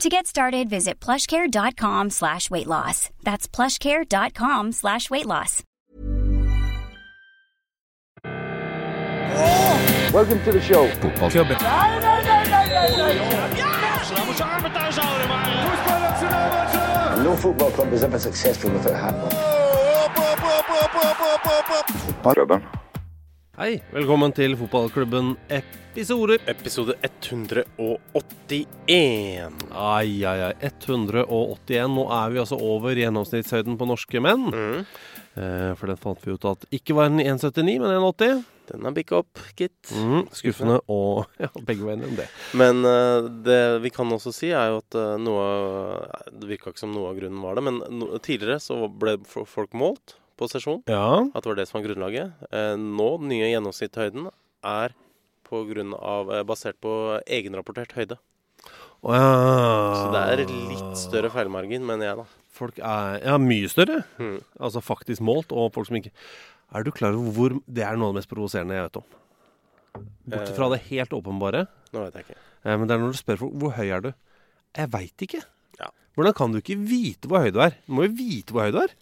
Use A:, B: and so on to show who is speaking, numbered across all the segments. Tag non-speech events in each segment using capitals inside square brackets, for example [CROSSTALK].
A: To get started, visit plushcare.com slash weight loss. That's plushcare.com slash weight loss.
B: Welcome to the show.
C: Fotballklubben.
B: No football club is ever successful without handball.
D: Hei, velkommen til fotballklubben episode
E: Episode 181.
D: Ai, ai, ai. 181. Nå er vi altså over gjennomsnittshøyden på norske menn.
E: Mm.
D: Eh, for den fant vi ut at ikke var en 1,79, men 1,80.
E: Den har bikka opp, gitt.
D: Mm, skuffende og [LAUGHS] ja, begge veier om det.
E: Men eh, det vi kan også si, er jo at eh, noe av- Det virka ikke som noe av grunnen var det, men no, tidligere så ble f- folk målt på sesjon.
D: Ja.
E: At det var det som var grunnlaget. Eh, Nå, den nye gjennomsnittshøyden er på grunn av, eh, basert på egenrapportert høyde.
D: Og ja.
E: Så det er litt større feilmargin, mener jeg, da.
D: Folk er ja, mye større.
E: Mm.
D: Altså faktisk målt, og folk som ikke Er du klar over hvor Det er noe av det mest provoserende jeg vet om. Bortsett
E: Eh.
D: fra det helt åpenbare.
E: Nå vet jeg ikke.
D: Eh, Men det er når du spør folk hvor høy er du Jeg veit ikke.
E: Ja.
D: Hvordan kan du ikke vite hvor høy du er? Du må jo vite hvor høy du er.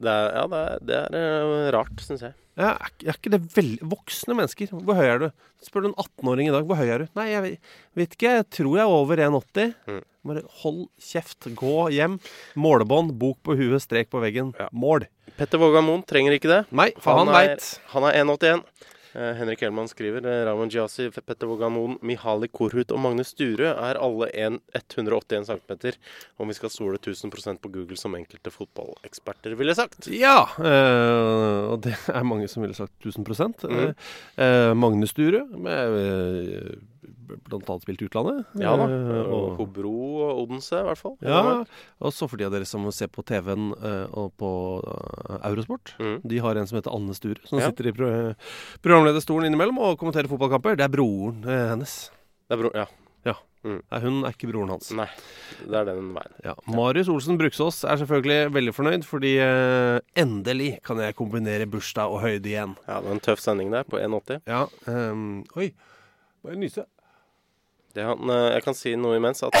E: Det er, ja, det er, det er eh, rart, syns jeg.
D: Ja, er, ikke- er ikke det vel, voksne mennesker? Hvor høy er du? Spør du en 18-åring i dag, hvor høy er du? Nei, jeg vet- vet ikke. Jeg tror jeg er over 1,80.
E: Mm.
D: Bare hold kjeft. Gå hjem. Målebånd, bok på huet, strek på veggen.
E: Ja.
D: Mål.
E: Petter Vågan Moen trenger ikke det.
D: Nei, for han,
E: er-
D: veit.
E: Han er 1,81. Eh, Henrik Hellmann skriver eh, Ramon Giassi, F- Petter Våganon, Mihali Korhut og Magnus Sture er alle en- 181 cm, om vi skal stole 1000 på Google, som enkelte fotballeksperter ville sagt.
D: Ja. eh, og det er mange som ville sagt 1000
E: Mm.
D: Eh, Magnus Sture, med, eh, blant annet spilt i utlandet.
E: Ja da.
D: Eh,
E: Og Hobro og Odense, i hvert fall.
D: Ja, og så for de av dere som ser på TV-en eh, og på eh, Eurosport.
E: Mm.
D: De har en som heter Anne Sture, som
E: Ja.
D: sitter i pro programlederstolen innimellom og kommenterer fotballkamper. Det er broren eh, hennes.
E: Det er bro ja.
D: Nei, hun er ikke broren hans.
E: Mm. Nei, det er den veien.
D: Ja. Marius Olsen Bruksås er selvfølgelig veldig fornøyd, fordi eh, endelig kan jeg kombinere bursdag og høyde igjen.
E: Ja, det er en tøff sending der, på 1,80.
D: Ja, ehm, Oi, må jeg nyse?
E: Det han, eh, jeg kan si noe imens. At,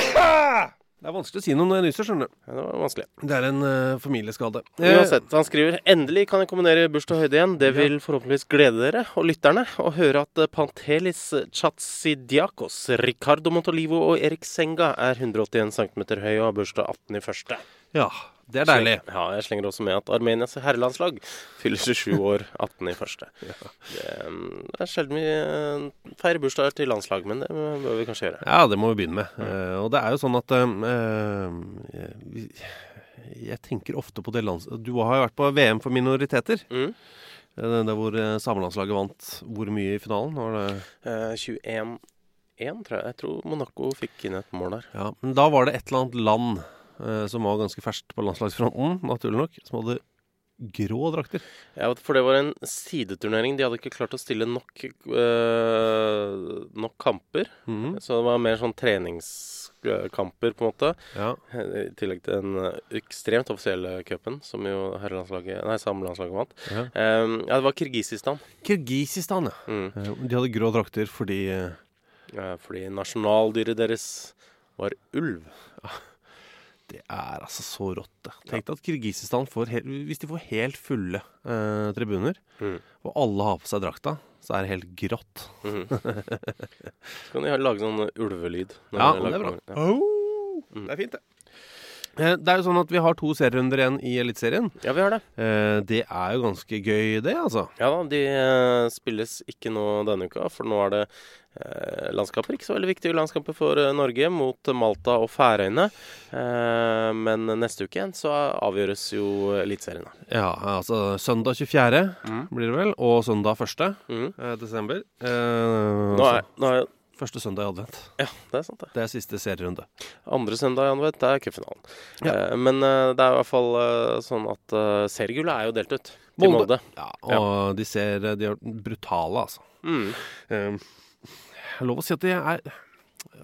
D: Det er vanskelig å si noe når jeg nyser, skjønner du.
E: ja, det var vanskelig.
D: Det er en eh, familieskade. Eh,
E: Uansett, han skriver Endelig kan jeg kombinere bursdag og høyde igjen. Det vil forhåpentligvis glede dere og lytterne å høre at eh, Pantelis Chatsidiakos, Ricardo Montolivo og Erik Senga er 181 cm høy og har bursdag 18 i første.
D: Eh, Ja, det er deilig.
E: Ja, jeg slenger også med at Armenias herrelandslag fyller 27 år 18 i
D: [LAUGHS]
E: første. Det um, det er sjelden vi eh, feirer bursdager til landslag, men det bør vi kanskje gjøre.
D: Ja, det må vi begynne med. Eh, og det er jo sånn at eh, eh, vi- Jeg tenker ofte på det lands... Du har jo vært på VM for minoriteter.
E: Mm.
D: Eh, Der hvor eh, samelandslaget vant hvor mye i finalen? Var det?
E: Eh, 21 1, tror jeg. Jeg tror Monaco fikk inn et mål der.
D: Ja, men da var det et eller annet land eh, som var ganske ferskt på landslagsfronten, naturlig nok, som hadde grå drakter.
E: Ja, for det var en sideturnering. De hadde ikke klart å stille nok, øh, nok kamper.
D: Mhm,
E: Så det var mer sånn treningskamper, på en måte.
D: ja.
E: I tillegg til den øh, ekstremt offisielle cupen, som jo herrelandslaget Nei, samelandslaget vant.
D: Ja.
E: Ehm, ja, det var Kirgisistan.
D: Kirgisistan, ja.
E: Mm.
D: Eh, De hadde grå drakter fordi eh,
E: Eh, fordi nasjonaldyret deres var ulv.
D: Det er altså så rått, det. Tenk deg at Kirgisistan får helt, Hvis de får helt fulle eh, tribuner,
E: Mm.
D: og alle har på seg drakta, så er det helt grått.
E: Mhm. Så kan de ha- lage sånn ulvelyd. når
D: Ja,
E: de
D: det
E: lager
D: er bra.
E: kommer. Ja. Mm.
D: Au! Det er fint, det. Eh, Det er jo sånn at vi har to serierunder igjen i Eliteserien.
E: Ja, vi har det.
D: Eh, Det er jo ganske gøy, det, altså.
E: Ja da, de eh, spilles ikke nå denne uka, for nå er det eh, landskamper. Ikke så veldig viktige landskamper for eh, Norge mot Malta og Færøyene. Eh, men neste uke igjen så avgjøres jo Eliteserien. da.
D: Ja, altså søndag 24. blir det vel, og søndag 1.
E: Mm.
D: eh, desember. Eh,
E: Nå
D: altså,
E: er, nå er
D: Første søndag i advent.
E: Ja, det er sant, det.
D: Det er siste serierunde.
E: Andre søndag i advent, det er cupfinalen.
D: Ja.
E: Eh, men eh, det er i hvert fall eh, sånn at eh, seriegullet er jo delt ut til
D: Molde.
E: Molde.
D: Ja, og de ser De er brutale, altså.
E: Mm.
D: Eh, jeg lov å si at de er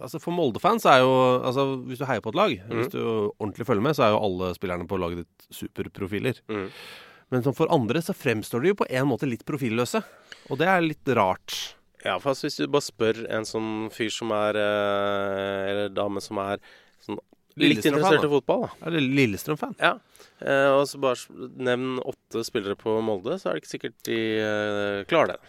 D: Altså For Molde-fans er jo altså Hvis du heier på et lag,
E: Mm.
D: hvis du ordentlig følger med, så er jo alle spillerne på laget ditt superprofiler.
E: Mm.
D: Men sånn for andre så fremstår de jo på en måte litt profilløse. Og det er litt rart.
E: Ja, for altså, hvis du bare spør en sånn fyr som er eh, Eller dame som er sånn litt
D: Lillestrøm-fan,
E: interessert
D: da.
E: i fotball, da.
D: Er det Lillestrøm-fan?
E: Ja. Eh, og så bare s- nevn åtte spillere på Molde, så er det ikke sikkert de eh, klarer det.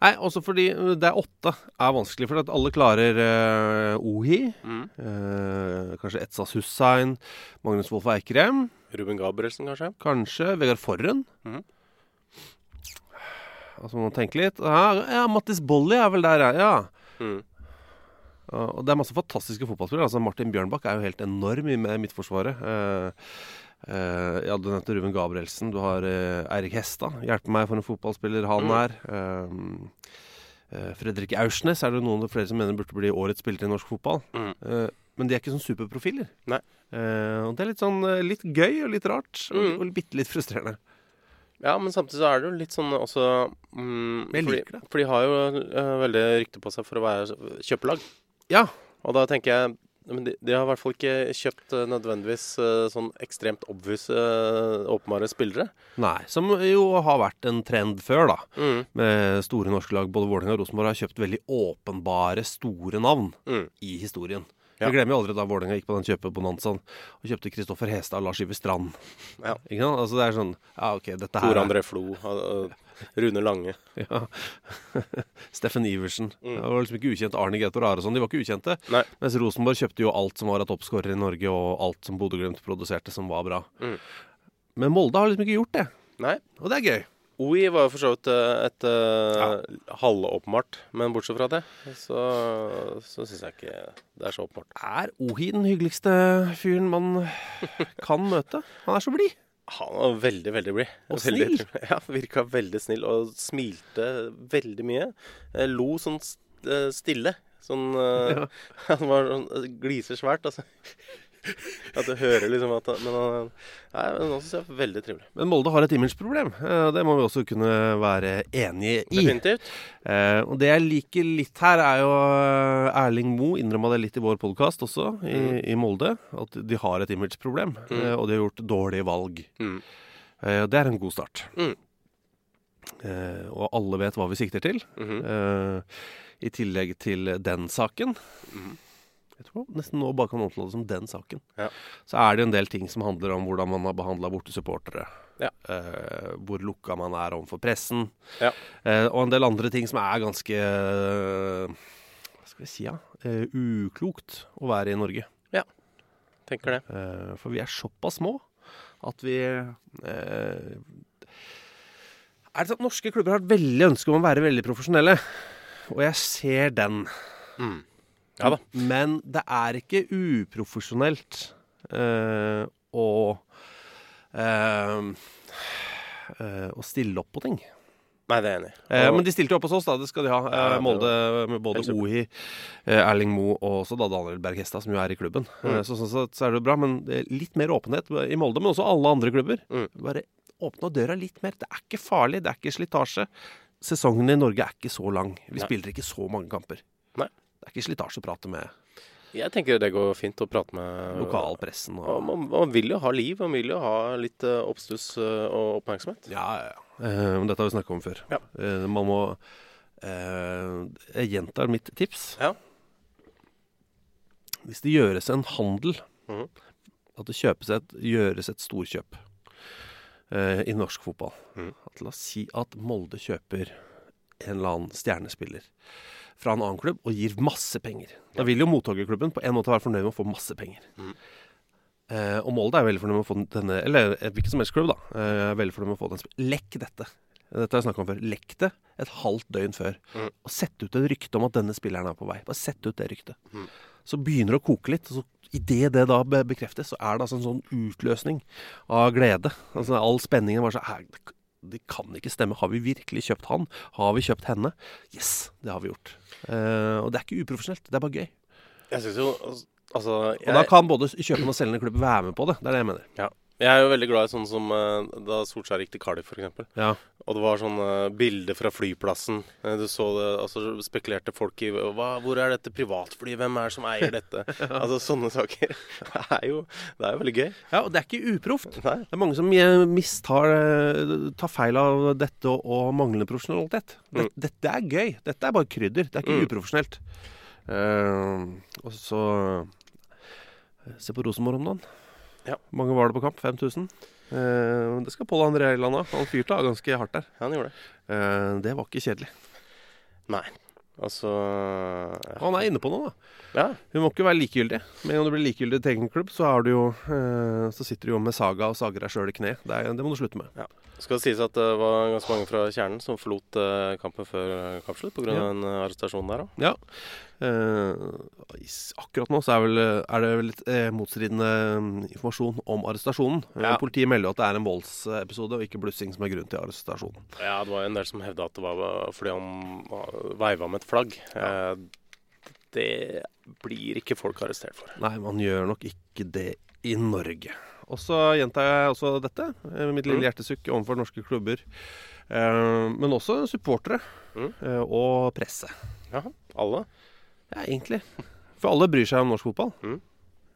D: Nei, også fordi ø, det er åtte er vanskelig, for at alle klarer ø, Ohi,
E: Mm.
D: ø, kanskje Etsas Hussein, Magnus Wolff Eikrem,
E: Ruben Gabrielsen, kanskje?
D: kanskje Vegard Forren.
E: Mhm.
D: Altså, man må tenke litt. Ja, ja Mattis Bolli er vel der, ja. ja.
E: Mhm.
D: Ja, Og det er masse fantastiske fotballspillere. Altså, Martin Bjørnbakk er jo helt enorm i med midtforsvaret. Eh, eh, ja, du nevnte Ruben Gabrielsen. Du har eh, Eirik Hestad. Hjelpe meg for en fotballspiller han
E: Mm.
D: er. Eh, eh, Fredrik Aursnes er det noen av flere som mener burde bli årets spiller i norsk fotball.
E: Mm.
D: Eh, men de er ikke sånn superprofiler.
E: Nei.
D: Eh, og det er litt sånn eh, litt gøy og litt rart.
E: Mm.
D: Og, og bitte litt frustrerende.
E: Ja, men samtidig så er det jo litt sånn også mm,
D: Men jeg
E: fordi-
D: liker det.
E: For de har jo eh, veldig rykte på seg for å være kjøpelag.
D: Ja.
E: Og da tenker jeg men de, de har i hvert fall ikke kjøpt eh, nødvendigvis eh, sånn ekstremt obvious, eh, åpenbare spillere.
D: Nei. Som jo har vært en trend før, da.
E: Mm.
D: med store norske lag, både Vålerenga og Rosenborg, har kjøpt veldig åpenbare, store navn
E: Mm.
D: i historien.
E: Ja.
D: Vi glemmer jo aldri da Vålerenga gikk på den kjøpebonanzaen og kjøpte Kristoffer Hestad og Lars Iver Strand.
E: Ja.
D: Ikke sant? Altså det er sånn Ja, OK, dette her
E: Tor
D: er-
E: André Flo, eh, Rune Lange.
D: [LAUGHS] Ja. Steffen Iversen. Det var liksom ikke ukjent. Arne Grete Arason. sånn, De var ikke ukjente.
E: Mm. Nei.
D: Mens Rosenborg kjøpte jo alt som var av toppskårere i Norge, og alt som Bodø-Glimt produserte som var bra.
E: Mm.
D: Men Molde har liksom ikke gjort det.
E: Nei.
D: Og det er gøy.
E: OI var jo for så vidt eh, et eh, halvåpenbart, men bortsett fra det, så, så syns jeg ikke det er så åpenbart.
D: Er Ohi den hyggeligste fyren man kan møte? Han er så blid.
E: Han var veldig, veldig blid.
D: Og
E: Veldig-
D: snill.
E: [LAUGHS] Ja, virka veldig snill og smilte veldig mye. Eh, Lo sånn s- eh, stille. Sånn eh, [LAUGHS] Han var sånn eh, gliser svært, altså. [LAUGHS] At du hører liksom at han Men han Nei, men han syns jeg er veldig trivelig.
D: Men Molde har et imageproblem. eh, Det må vi også kunne være enige i.
E: Definitivt.
D: Eh, og det jeg liker litt her, er jo eh, Erling Moe innrømma det litt i vår podkast også, i,
E: Mm.
D: i Molde. At de har et imageproblem, eh, og de har gjort dårlige valg.
E: Mm.
D: Eh, og Det er en god start.
E: Mm.
D: Eh, og alle vet hva vi sikter til.
E: Mhm.
D: Eh, I tillegg til den saken Jeg tror nesten nå bare kan omtale det som den saken.
E: Mm. Ja.
D: Så er det en del ting som handler om hvordan man har behandla bortesupportere.
E: Ja.
D: Eh, hvor lukka man er overfor pressen.
E: Ja.
D: Eh, og en del andre ting som er ganske eh, Hva skal vi si, ja? Eh, uklokt å være i Norge.
E: Tenker det.
D: Eh, for vi er såpass små at vi eh, Er det sånn at norske klubber har et veldig ønske om å være veldig profesjonelle? Og jeg ser den.
E: Mm. Ja da.
D: Men det er ikke uprofesjonelt eh, å eh, eh, å stille opp på ting.
E: Nei, det er jeg enig i.
D: Eh,
E: Og-
D: men de stilte jo opp hos oss, da. Det skal de ha.
E: Ja,
D: Eh,
E: det
D: Molde med både
E: Helt supert.
D: Ohi, eh, Erling Moe og også da Daniel Berg Hestad, som jo er i klubben.
E: Mm.
D: Eh, så sånn sett så er det jo bra. Men det er litt mer åpenhet i Molde, men også alle andre klubber.
E: Mm.
D: Bare åpna døra litt mer. Det er ikke farlig, det er ikke slitasje. Sesongen i Norge er ikke så lang. Vi
E: Nei.
D: spiller ikke så mange kamper.
E: Nei.
D: Det er ikke slitasje å prate med
E: Jeg tenker det går fint å prate med
D: lokalpressen
E: Og
D: og
E: Man, man vil jo ha liv, man vil jo ha litt eh, oppstuss eh, og oppmerksomhet.
D: Ja, ja, ja. Eh, men dette har vi snakka om før.
E: Ja.
D: Eh, man må eh, Jeg gjentar mitt tips.
E: Ja.
D: Hvis det gjøres en handel,
E: Mhm.
D: at det kjøpes et, gjøres et storkjøp eh, i norsk fotball at La oss si at Molde kjøper en eller annen stjernespiller fra en annen klubb og gir masse penger. Da vil jo mottakerklubben på en måte være fornøyd med å få masse penger. Eh, og målet er veldig fornøyd med å få den- denne Eller et hvilket som helst klubb, da. Eh, er veldig fornøyd med å få den sp- Lekk dette. Dette har jeg snakket om før. Lekk det et halvt døgn før. Og sett ut et rykte om at denne spilleren er på vei. Bare sett ut det ryktet. Så begynner det å koke litt. og så Idet det da be- bekreftes, så er det altså en sånn utløsning av glede. Altså All spenningen var sånn "Hæ, det- Det kan ikke stemme. Har vi virkelig kjøpt han? Har vi kjøpt henne? Yes, det har vi gjort. Eh, og det er ikke uprofesjonelt. Det er bare gøy.
E: Jeg syns jo Altså
D: Og da kan både kjøpende og selgende klubb være med på det. Det er det jeg mener.
E: Ja. Jeg er jo veldig glad i sånn som eh, da Solskjær gikk til Cardiff, f.eks.
D: Ja.
E: Og det var sånne bilder fra flyplassen. Eh, Du så det, altså spekulerte folk i hva, Hvor er dette privatflyet? Hvem er det som eier dette?
D: [LAUGHS]
E: Altså sånne saker. Det er jo, det er jo veldig gøy.
D: Ja, og det er ikke uproft.
E: Nei.
D: Det er mange som eh, mistar eh, tar feil av dette og, og manglende profesjonalitet.
E: Mm.
D: Det, Dette er gøy. Dette er bare krydder. Det er ikke uprofesjonelt. Eh, og så eh, Se på Rosenborg om dagen.
E: Ja.
D: Mange var det på kamp? 5000? Eh, det skal Pål André Land ha. Han fyrte av ganske hardt der.
E: Ja, han gjorde det.
D: Eh, det var ikke kjedelig.
E: Nei. Altså
D: Og han er inne på noe, da.
E: Ja.
D: Hun må ikke være likegyldig. Men om du blir likegyldig til egen klubb, så, er du jo, eh, så sitter du jo med saga og sager deg sjøl i kne. Det, er, det må du slutte med.
E: Ja. Skal det sies at det var ganske mange fra kjernen som forlot eh, kampen før eh, kampslutt pga.
D: Ja.
E: av den eh, arrestasjonen der òg.
D: Ja. Eh, i s- akkurat nå så er, vel, er det vel litt eh, motstridende eh, informasjon om arrestasjonen. Eh,
E: Ja.
D: Politiet melder jo at det er en voldsepisode og ikke blussing som er grunnen til arrestasjonen.
E: Ja, det var jo en del som hevda at det var fordi han veiva med et flagg. Eh, Det blir ikke folk arrestert for.
D: Nei, man gjør nok ikke det i Norge. Og så gjentar jeg også dette, eh, med mitt lille hjertesukk overfor norske klubber. Eh, men også supportere eh, og presse.
E: Ja, alle?
D: Ja, egentlig. For alle bryr seg om norsk fotball.
E: Mm.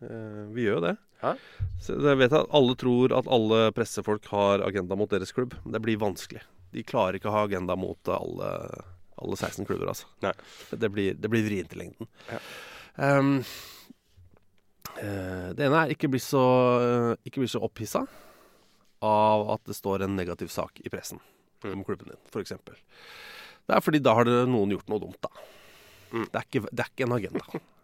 D: Eh, vi gjør jo det.
E: Ja.
D: Så jeg vet at Alle tror at alle pressefolk har agenda mot deres klubb. Det blir vanskelig. De klarer ikke å ha agenda mot alle, alle 16 klubber, altså.
E: Nei.
D: Det blir, det blir vrient i lengden. Ehm, eh, det ene er ikke bli så, ikke bli så opphissa av at det står en negativ sak i pressen
E: Mm.
D: om klubben din, f.eks. Det er fordi da har det noen gjort noe dumt, da. Det, er ikke, det er ikke en agenda.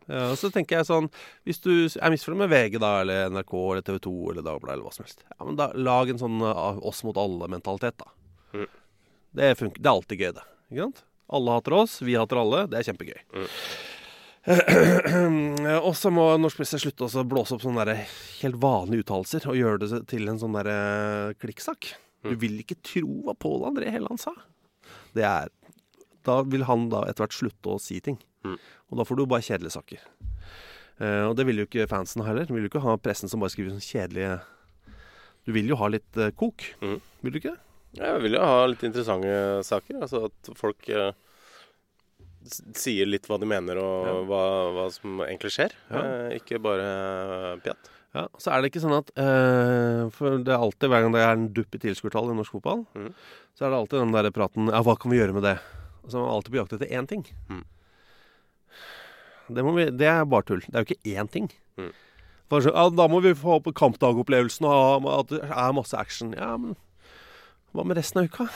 D: Ja, og så tenker jeg sånn Hvis du er misfornøyd med VG da, eller NRK eller TV 2 eller Dagbladet eller hva som helst, ja, men da lag en sånn eh, oss mot alle-mentalitet, da. Det, funker, det er alltid gøy, det. Ikke sant? Alle hater oss, vi hater alle. Det er kjempegøy. [CLEARS THROAT] og så må norsk presse slutte også å blåse opp sånne der helt vanlige uttalelser og gjøre det til en sånn der eh, klikksak. Du vil ikke tro hva Pål André Helland sa. Det er Da vil han da etter hvert slutte å si ting. Og da får du bare kjedelige saker. Eh, og det vil jo ikke fansen heller. Du vil jo ikke ha pressen som bare skriver sånn kjedelige Du vil jo ha litt eh, kok, vil du ikke det?
E: Jeg vil jo ha litt interessante saker. Altså at folk eh, s- sier litt hva de mener, og hva, hva som egentlig skjer. Eh, ikke bare eh, pjatt.
D: Ja, så er det ikke sånn at eh, For det er alltid, hver gang det er en dupp i tilskuertall i norsk fotball, så er det alltid den der praten Ja, hva kan vi gjøre med det? Og så er man alltid på jakt etter én ting. Det, må vi, det er bare tull. Det er jo ikke én ting. Bare så, ja, da må vi få opp kampdagopplevelsen og ha- at det er masse action. Ja, men hva med resten av uka?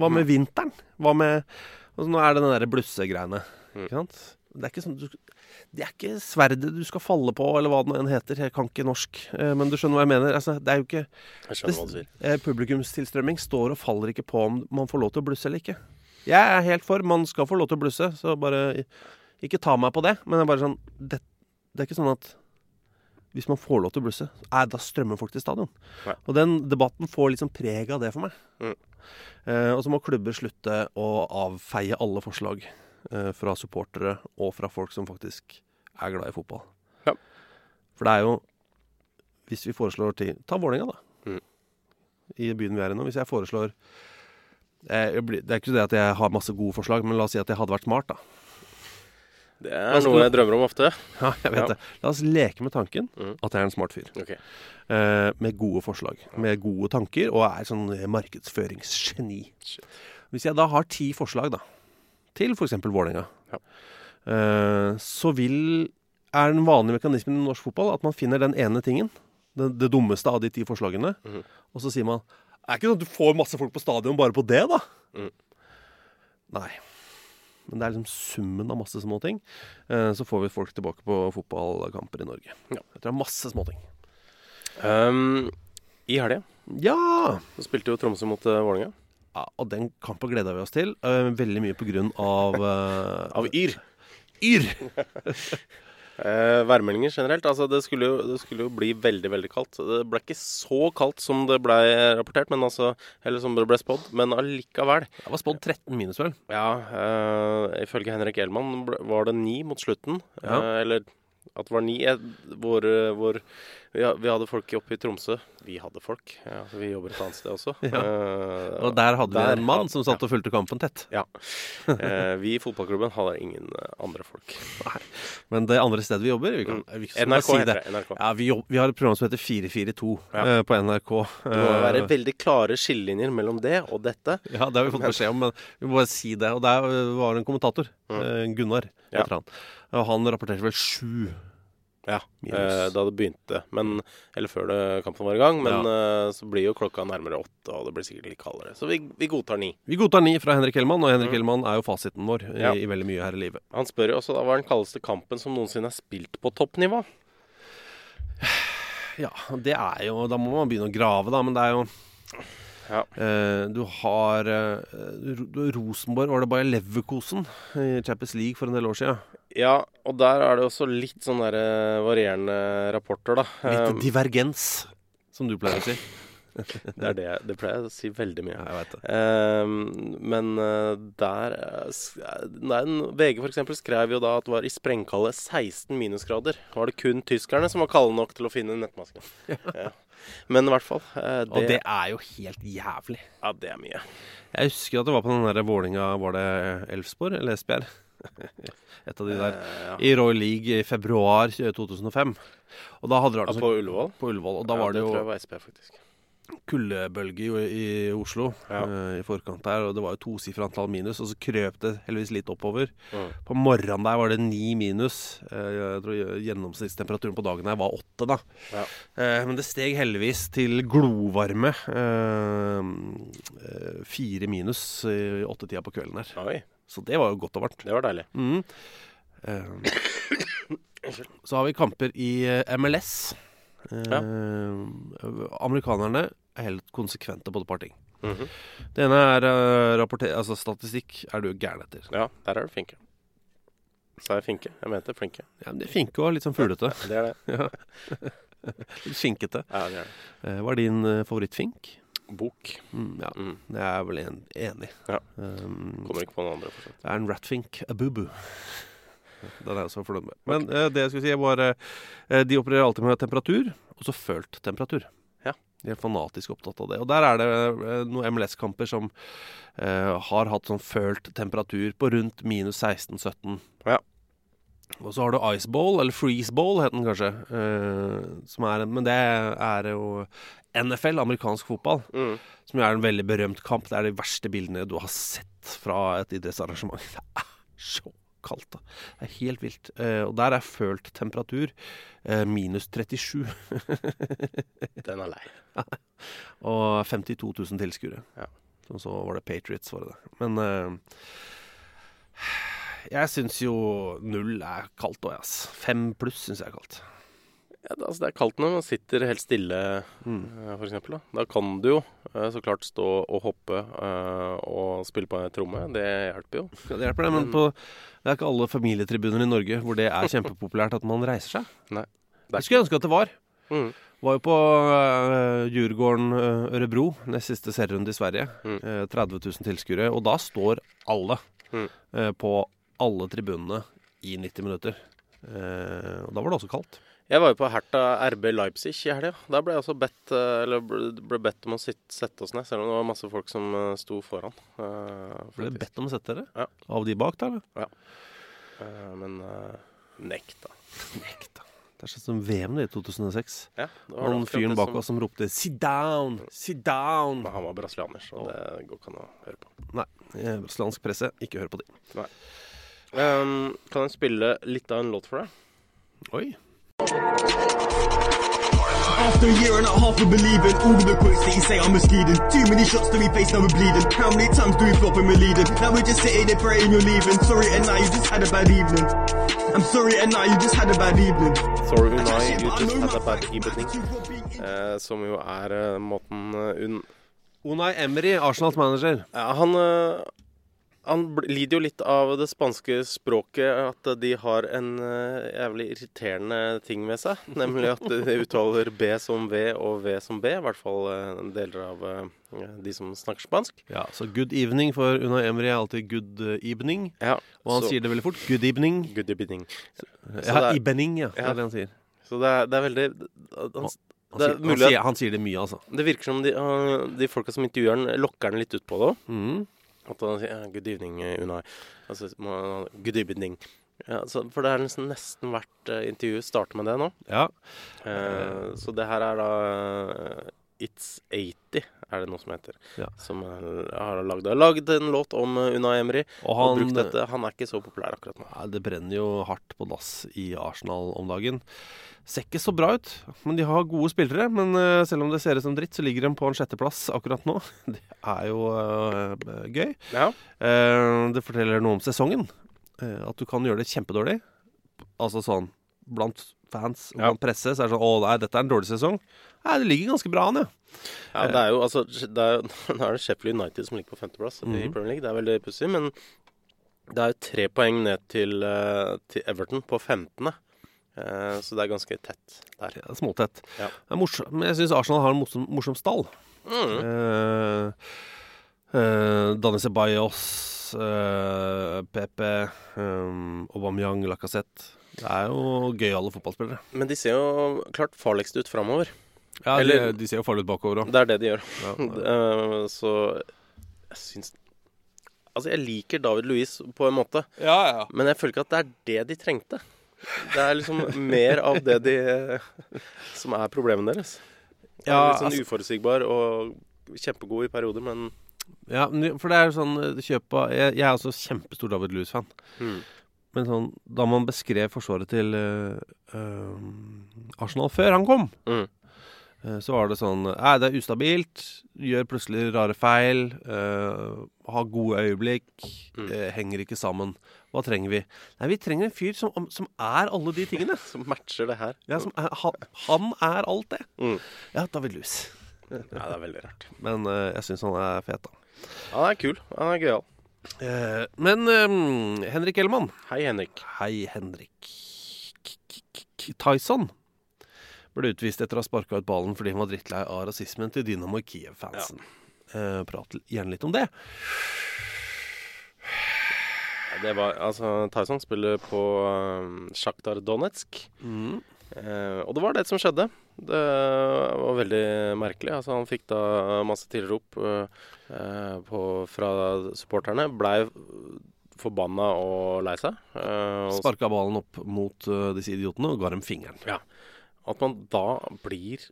D: Hva med vinteren? Hva med altså, Nå er det den derre blussegreiene. Ikke sant? Det er ikke sånn du det er ikke sverdet du skal falle på, eller hva det nå enn heter. Jeg kan ikke norsk, eh, men du skjønner hva jeg mener. Altså, det er jo ikke
E: Jeg skjønner hva du sier.
D: Eh, Publikumstilstrømming står og faller ikke på om man får lov til å blusse eller ikke. Jeg er helt for, man skal få lov til å blusse, så bare ikke ta meg på det. Men det er bare sånn Det, det er ikke sånn at hvis man får lov til å blusse, eh, da strømmer folk til stadion.
E: Nei.
D: Og den debatten får liksom preg av det for meg.
E: Mm.
D: Eh, og så må klubber slutte å avfeie alle forslag eh, fra supportere og fra folk som faktisk er glad i fotball.
E: Ja.
D: For det er jo Hvis vi foreslår ting Ta Vålerenga, da.
E: Mm.
D: I byen vi er i nå. Hvis jeg foreslår eh, jeg blir, Det er ikke det at jeg har masse gode forslag, men la oss si at jeg hadde vært smart, da.
E: Det er noe jeg drømmer om ofte.
D: Ja, jeg vet
E: [LAUGHS] Ja.
D: det. La oss leke med tanken
E: Mm.
D: at jeg er en smart fyr.
E: Ok.
D: Eh, med gode forslag, med gode tanker, og er sånn markedsføringsgeni.
E: Shit.
D: Hvis jeg da har ti forslag, da, til f.eks. Vålerenga,
E: Ja.
D: eh, så vil er den vanlige mekanismen i norsk fotball at man finner den ene tingen, det, det dummeste av de ti forslagene,
E: Mhm.
D: og så sier man Er ikke sånn at du får masse folk på stadion bare på det, da?
E: Mhm.
D: Nei. Men det er liksom summen av masse småting. Eh, så får vi folk tilbake på fotballkamper i Norge.
E: Ja.
D: Jeg tror det er masse småting.
E: Um, I helga
D: Ja!
E: så spilte jo Tromsø mot eh, Vålerenga.
D: Ja, og den kampen gleda vi oss til. eh, veldig mye på grunn av eh,
E: Av Yr.
D: yr!
E: Eh, værmeldinger generelt. Altså, det skulle, jo, det skulle jo bli veldig, veldig kaldt. Det ble ikke så kaldt som det ble rapportert, men altså, eller som det ble spådd, men allikevel.
D: Det var spådd 13 minus, vel.
E: Ja, eh, ifølge Henrik Elman ble- var det ni mot slutten.
D: Ja.
E: Eh, eller at det var ni. Eh, Vår, eh, vår, vi, ha- vi hadde folk oppe i Tromsø. Vi hadde folk. Ja, for vi jobber et annet sted
D: [LAUGHS]
E: også. Eh,
D: Og der hadde
E: der
D: vi en mann
E: had-
D: som satt og fulgte kampen tett. [LAUGHS]
E: Ja. ja. Eh, vi i fotballklubben hadde ingen eh, andre folk.
D: Men det andre stedet vi jobber vi kan, vi skal
E: Mm.
D: bare
E: NRK heter det, NRK.
D: Ja, vi, jobb, vi har et program som heter 442
E: Ja.
D: eh, på NRK.
E: Det må
D: Eh,
E: være veldig klare skillelinjer mellom det og dette.
D: Ja, det har vi fått beskjed om, men vi må bare si det. Og der eh, var det en kommentator, eh, Gunnar,
E: Mm. Ja.
D: heter han. Og han rapporterte vel sju.
E: Ja,
D: Minus.
E: eh, da det begynte. Men, eller før det, kampen var i gang. Men eh, så blir jo klokka nærmere åtte, og det blir sikkert litt kaldere. Så vi, vi godtar ni.
D: Vi godtar ni fra Henrik Hellmann, og Henrik Hellmann er jo fasiten vår i,
E: Mm. Ja.
D: i veldig mye her i livet.
E: Han spør jo også da hva er den kaldeste kampen som noensinne er spilt på toppnivå.
D: Ja, det er jo Da må man begynne å grave, da, men det er jo
E: Ja.
D: eh, du har eh, Ro- Rosenborg Var det bare Leverkosen i Champions League for en del år siden?
E: Ja, og der er det også litt sånn der eh, varierende rapporter, da.
D: Litt
E: Eh,
D: divergens, som du pleier å si.
E: det er det jeg- det pleier jeg å si veldig mye.
D: Ja, jeg vet det.
E: Eh, men eh, der eh, s- eh, nei, en- VG for eksempel skrev jo da at det var i sprengkalde 16 minusgrader. Var det kun tyskerne som var kalde nok til å finne nettmasken. Ja. Men i hvert fall. eh, det,
D: Og det er jo helt jævlig.
E: ja, det er mye.
D: Jeg husker at det var på den der Vålinga Var det Elfsborg eller Esbjerg? [LAUGHS] Et av de
E: Eh,
D: der. I Royal League i februar 2005. Og da hadde det
E: Ja,
D: vært
E: på Ullevål.
D: på Ullevål, og da
E: Ja,
D: var det
E: tror jeg
D: jo
E: var SP, faktisk.
D: kuldebølge i, i Oslo
E: Ja.
D: eh, i forkant der, og det var jo tosifra antall minus, og så krøp det heldigvis litt oppover.
E: Mm.
D: På morgenen der var det ni minus. Eh, jeg tror gjennomsnittstemperaturen på dagen her var åtte, da.
E: Ja.
D: Eh, men det steg heldigvis til glovarme eh, eh, fire minus i åttetida på kvelden her.
E: Oi,
D: Så det var jo godt og varmt.
E: det var deilig.
D: Mhm. Eh, [COUGHS] så har vi kamper i eh, MLS. Eh,
E: Ja.
D: Amerikanerne er helt konsekvente på et par ting.
E: Mhm.
D: Det ene er eh, rapporter... Altså statistikk er du gæren etter.
E: Ja, der er du flinke. Sa jeg finke? Jeg mente flinke.
D: Ja, men de er finke og litt sånn fuglete.
E: Det er det.
D: Ja. litt skinkete.
E: Ja, det er det.
D: Eh, hva er din eh, favorittfink?
E: Bok.
D: Mm, ja,
E: Mm.
D: det er jeg vel en, enig.
E: Ja.
D: Um,
E: Kommer ikke på noen andre, fortsatt.
D: Det er en ratfink, a bubu. [LAUGHS] Den er jeg også fornøyd med. Men eh, det jeg skulle si var eh, De opererer alltid med temperatur, og så følt temperatur.
E: Ja.
D: De er fanatisk opptatt av det. Og der er det eh, noen MLS-kamper som eh, har hatt sånn følt temperatur på rundt minus 16-17.
E: Ja.
D: Og så har du ice bowl, eller freeze bowl het den kanskje. eh, som er, en- men det er jo NFL, amerikansk fotball,
E: Mm.
D: som jo er en veldig berømt kamp. Det er de verste bildene du har sett fra et idrettsarrangement. [LAUGHS] Det er så kaldt, da. Det er helt vilt. Eh, og der er følt temperatur eh, minus [LAUGHS] 37
E: Den er lei.
D: [LAUGHS] og 52 000 tilskuere.
E: Ja.
D: Og så var det Patriots, var det det. Men eh, jeg syns jo null er kaldt òg, ass. Fem pluss syns jeg er kaldt.
E: Ja, det, altså, det er kaldt når man sitter helt stille, eh, for eksempel. Da. da kan du jo eh, så klart stå og hoppe eh, og spille på en tromme. Det hjelper jo.
D: Ja, Det hjelper, det. Men på, det er ikke alle familietribuner i Norge hvor det er kjempepopulært at man reiser seg.
E: Nei.
D: Jeg skulle ønske at det var.
E: Mm.
D: Var jo på øh, Djurgården øh, Ørebro, nest siste serierunde i Sverige.
E: Mm.
D: Eh, 30 000 tilskuere. Og da står alle
E: Mm.
D: eh, på alle tribunene i 90 minutter. Eh, og da var det også kaldt.
E: Jeg var jo på Hertha RB Leipzig i helga. Der ble jeg også bedt, eh, eller ble, ble bedt om å sitte, sette oss ned, selv om det var masse folk som eh, sto foran. eh,
D: Ble det
E: faktisk.
D: bedt om å sette dere?
E: Ja.
D: Av de bak der, eller?
E: Eh, men eh, nekta.
D: Nekta. Det er sånn som VM det i 2006.
E: Ja, det var
D: Han
E: akkurat
D: fyren
E: det
D: bak
E: som-
D: oss som ropte 'sit down', 'sit down'.
E: Men han var brasilianer, så det går ikke an å høre på.
D: Nei, eh, brasiliansk presse, ikke hør på de.
E: Ehm, kan jeg spille litt av en låt for deg?
D: Oi.
C: After a year and a half of believing all of the quotes that you say I'm misleading. Too many shots to we face, now we're bleeding. How many times do we flop and we're leading? Now we're just sitting there praying you're leaving. Sorry and now you just had a bad evening. I'm sorry and now you just had a bad evening.
E: Thor Unai, You Just Had A Bad Evening. Eh, som jo er eh, måten eh, Unn
D: Unai Emery, Arsenals manager.
E: Ja, han, eh, han bl- lider jo litt av det spanske språket, at eh, de har en eh, jævlig irriterende ting med seg. [LAUGHS] Nemlig at de uttaler B som V og V som B, i hvert fall eh, deler av eh, de som snakker spansk.
D: Ja, Så good evening for Unai Emery er alltid good eh, evening.
E: Ja,
D: Og han
E: så-
D: sier det veldig fort. Good evening.
E: Good evening.
D: Ja,
E: det er-
D: Ibening, ja. Det
E: Ja.
D: er det han sier.
E: Så det er, det er veldig han,
D: Han
E: det, er
D: sier, han,
E: mulig,
D: sier,
E: at-
D: han sier det mye, altså.
E: det virker som de, uh, de folka som intervjuer han, lokker han litt ut på det òg.
D: Mhm.
E: At han sier eh, 'good evening, eh, Unai'. Altså, må, han- 'good evening'. Ja, så, for det er nesten, nesten hvert eh, intervju starter med det nå.
D: Ja.
E: Eh, så det her er da eh, It's 80, er det noe som heter.
D: Ja.
E: Som eh, har lagd, har lagd en låt om eh, Unai Emry.
D: Og
E: Han,
D: han, eh,
E: brukt dette. han er ikke så populær akkurat nå.
D: Nei, det brenner jo hardt på dass i Arsenal om dagen. Ser ikke så bra ut, men de har gode spillere. Men eh, selv om det ser ut som dritt, så ligger de på en sjetteplass akkurat nå. [LAUGHS] Det er jo eh, gøy.
E: Ja.
D: Eh, det forteller noe om sesongen. Eh, at du kan gjøre det kjempedårlig. Altså sånn blant fans og
E: Ja.
D: blant presse så er det sånn Å nei, dette er en dårlig sesong. Nei, det ligger ganske bra an, ja.
E: Ja, det er jo, altså, det er, jo- [LAUGHS] Nå er det Sheffield United som ligger på femteplass i
D: Mhm.
E: Premier League. Det er veldig pussig, men det er jo tre poeng ned til, eh, til Everton på 15. Eh, så det er ganske tett der.
D: Det er småtett.
E: Ja.
D: Det er morsom, men jeg syns Arsenal har en morsom, morsom stall.
E: Mm.
D: Uh, uh, Danny Ceballos, eh, Pepe, um, Aubameyang, Lacassette. Det er jo gøyale fotballspillere.
E: Men de ser jo klart farligst ut framover.
D: Ja,
E: de-
D: Eller, de, ser jo farlig ut bakover òg.
E: Det er det de gjør.
D: Ja,
E: Eh, så jeg syns Altså, jeg liker David Louise på en måte,
D: ja,
E: men jeg føler ikke at det er det de trengte. Det er liksom [LAUGHS] mer av det de som er problemet deres. Han er
D: Ja,
E: litt sånn
D: altså-
E: uforutsigbar og kjempegod i perioder, men [LAUGHS]
D: Ja, men det- for det er jo sånn eh, kjøp av jeg, jeg er også kjempestor David Lewis-fan.
E: Mm.
D: Men sånn, da man beskrev forsvaret til eh, eh, Arsenal før han kom,
E: Mm.
D: eh, så var det sånn Nei, det er ustabilt. Gjør plutselig rare feil. eh, har gode øyeblikk.
E: Mm.
D: eh, henger ikke sammen. Hva trenger vi? Nei, vi trenger en fyr som, om- som er alle de tingene.
E: som matcher det her.
D: Ja, som er, han, han er alt det.
E: Mm.
D: Ja, David Lewis.
E: Ja, det er veldig rart.
D: Men eh, jeg syns han er fet, da.
E: Han er kul. Han er gøyal.
D: Eh, men eh, Henrik Ellemann
E: Hei, Henrik.
D: Hei, Henrik Tyson ble utvist etter å ha sparka ut ballen fordi han var drittlei av rasismen til Dynamo Kiev-fansen. Eh, prat gjerne litt om det.
E: Det var, altså, Tyson spiller på um, Sjaktar Donetsk.
D: Mm.
E: Eh, og det var det som skjedde. Det var veldig merkelig. Altså, han fikk da masse tilrop eh, eh, på, fra supporterne. Blei forbanna og lei seg. Eh, og
D: Sparka ballen opp mot eh, disse idiotene og ga dem fingeren.
E: at man da blir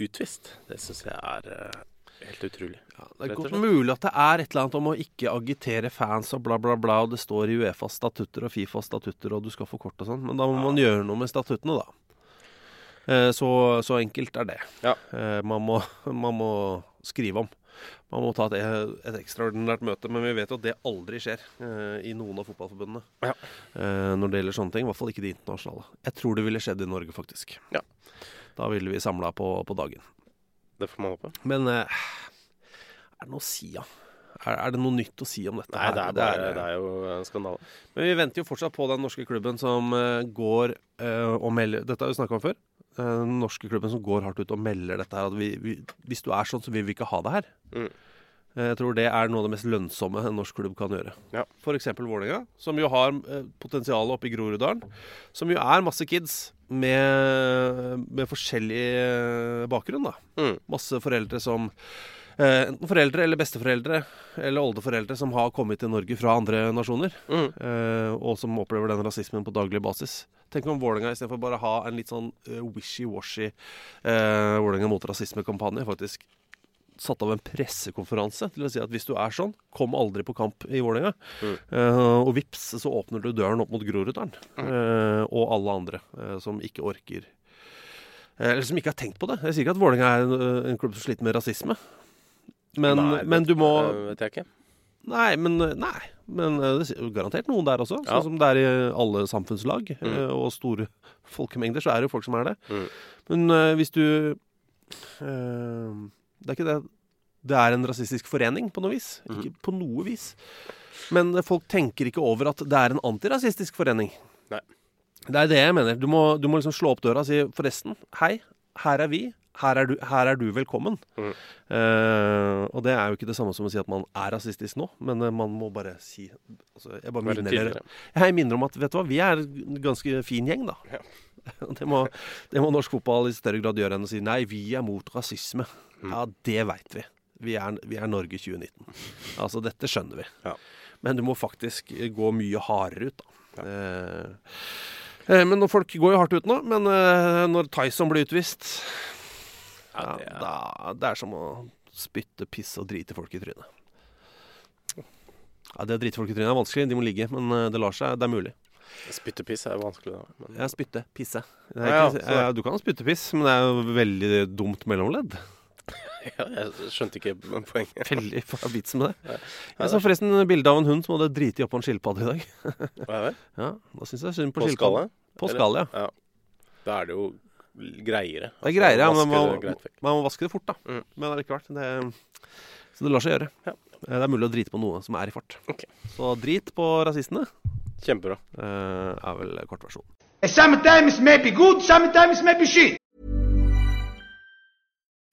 E: utvist, det syns jeg er eh, helt utrolig.
D: Ja, det er
E: Rett og
D: godt
E: slett.
D: mulig at det er et eller annet om å ikke agitere fans og bla, bla, bla, og det står i Uefas statutter og Fifas statutter og du skal få kort og sånn, men da må man gjøre noe med statuttene, da. Eh, Så, så enkelt er det.
E: Ja.
D: Eh, Man, må, [LAUGHS] man må skrive om. Man må ta et, et ekstraordinært møte, men vi vet jo at det aldri skjer eh, i noen av fotballforbundene
E: Ja.
D: Eh, når det gjelder sånne ting. I hvert fall ikke de internasjonale. Jeg tror det ville skjedd i Norge, faktisk.
E: Ja.
D: Da ville vi samla på, på dagen.
E: Det får man håpe.
D: Men eh, er det noe å si, ja? Er, er det noe nytt å si om dette?
E: Nei, det
D: her? eh,
E: er, bare, det er jo en skandale.
D: Men vi venter jo fortsatt på den norske klubben som eh, går eh, og melder Dette har vi snakka om før. Eh, Den norske klubben som går hardt ut og melder dette her. At vi, vi, hvis du er sånn, så vil vi ikke ha det her.
E: Mm.
D: Eh, Jeg tror det er noe av det mest lønnsomme en norsk klubb kan gjøre.
E: Ja.
D: F.eks. Vålerenga, som jo har eh, potensialet oppe i Groruddalen. Som jo er masse kids med, med forskjellig eh, bakgrunn, da.
E: Mm.
D: Masse foreldre som eh, Enten foreldre eller besteforeldre eller oldeforeldre som har kommet til Norge fra andre nasjoner,
E: Mm.
D: eh, og som opplever den rasismen på daglig basis. Tenk om Vålerenga istedenfor bare å ha en litt sånn eh, wishy-washy eh, Vålerenga mot rasisme-kampanje, faktisk satt av en pressekonferanse til å si at hvis du er sånn, kom aldri på kamp i Vålerenga.
E: Mm.
D: Eh, og vips, så åpner du døren opp mot Groruddalen
E: Mm.
D: eh, og alle andre eh, som ikke orker Eh, Eller som ikke har tenkt på det. Jeg sier ikke eh, at Vålerenga er en, en klubb som sliter med rasisme. Men,
E: Nei, det
D: men du må
E: eh, Vet jeg ikke.
D: Nei, men, nei, men eh, det er garantert noen der også. Sånn
E: Ja.
D: som det er i alle samfunnslag eh, og store [LAUGHS] folkemengder, så er det jo folk som er det.
E: Mm.
D: Men eh, hvis du eh, Det er ikke det Det er en rasistisk forening på noe vis.
E: Mm.
D: Ikke på noe vis. Men eh, folk tenker ikke over at det er en antirasistisk forening.
E: Nei.
D: Det er det jeg mener. Du må, du må liksom slå opp døra og si forresten, hei, her er vi. Her er du, her er du velkommen.
E: Mm.
D: Eh, og det er jo ikke det samme som å si at man er rasistisk nå, men eh, man må bare si altså, Jeg bare
E: Være
D: minner, dere-
E: tydeligere.
D: jeg minner om at vet du hva, vi er en ganske fin gjeng, da. [LAUGHS] Det, må, det må norsk fotball i større grad gjøre enn å si nei, vi er mot rasisme.
E: Mm.
D: Ja, det veit vi. Vi er, vi er Norge 2019. Altså, dette skjønner vi.
E: Ja.
D: Men du må faktisk gå mye hardere ut, da. Eh, eh, men når folk går jo hardt ut nå, men eh, når Tyson blir utvist ja,
E: det er-
D: da, det er som å spytte, pisse og drite folk i trynet. Ja, Det å drite folk i trynet er vanskelig. De må ligge, men eh, det lar seg. Det er mulig.
E: Spyttepiss er jo vanskelig, da. Men
D: Ja, spytte, pisse. Det er
E: Ja, ja,
D: ikke,
E: så-
D: eh, du kan spytte piss, men det er jo veldig dumt [LAUGHS] mellomledd.
E: ja, jeg skjønte ikke [LAUGHS] poenget.
D: Veldig hva er vitsen med det. Jeg så forresten bilde av en hund som hadde driti oppå en skilpadde i dag.
E: Hva er det?
D: Ja, da synes jeg synd på,
E: På
D: skilpadden.
E: skala?
D: På
E: Eller?
D: skalla, ja.
E: Ja. Da er det jo greiere.
D: Det er greier, ja, men man,
E: Vasker det greit vekk.
D: man må vaske det fort, da. Men allikevel. Det, så det lar seg gjøre.
E: Ja.
D: Eh, Det er mulig å drite på noe som er i fart.
E: Ok.
D: Så drit på rasistene
E: Kjempebra.
D: eh, er vel kortversjonen.
B: Sometimes Uh, maybe good, sometimes maybe shit.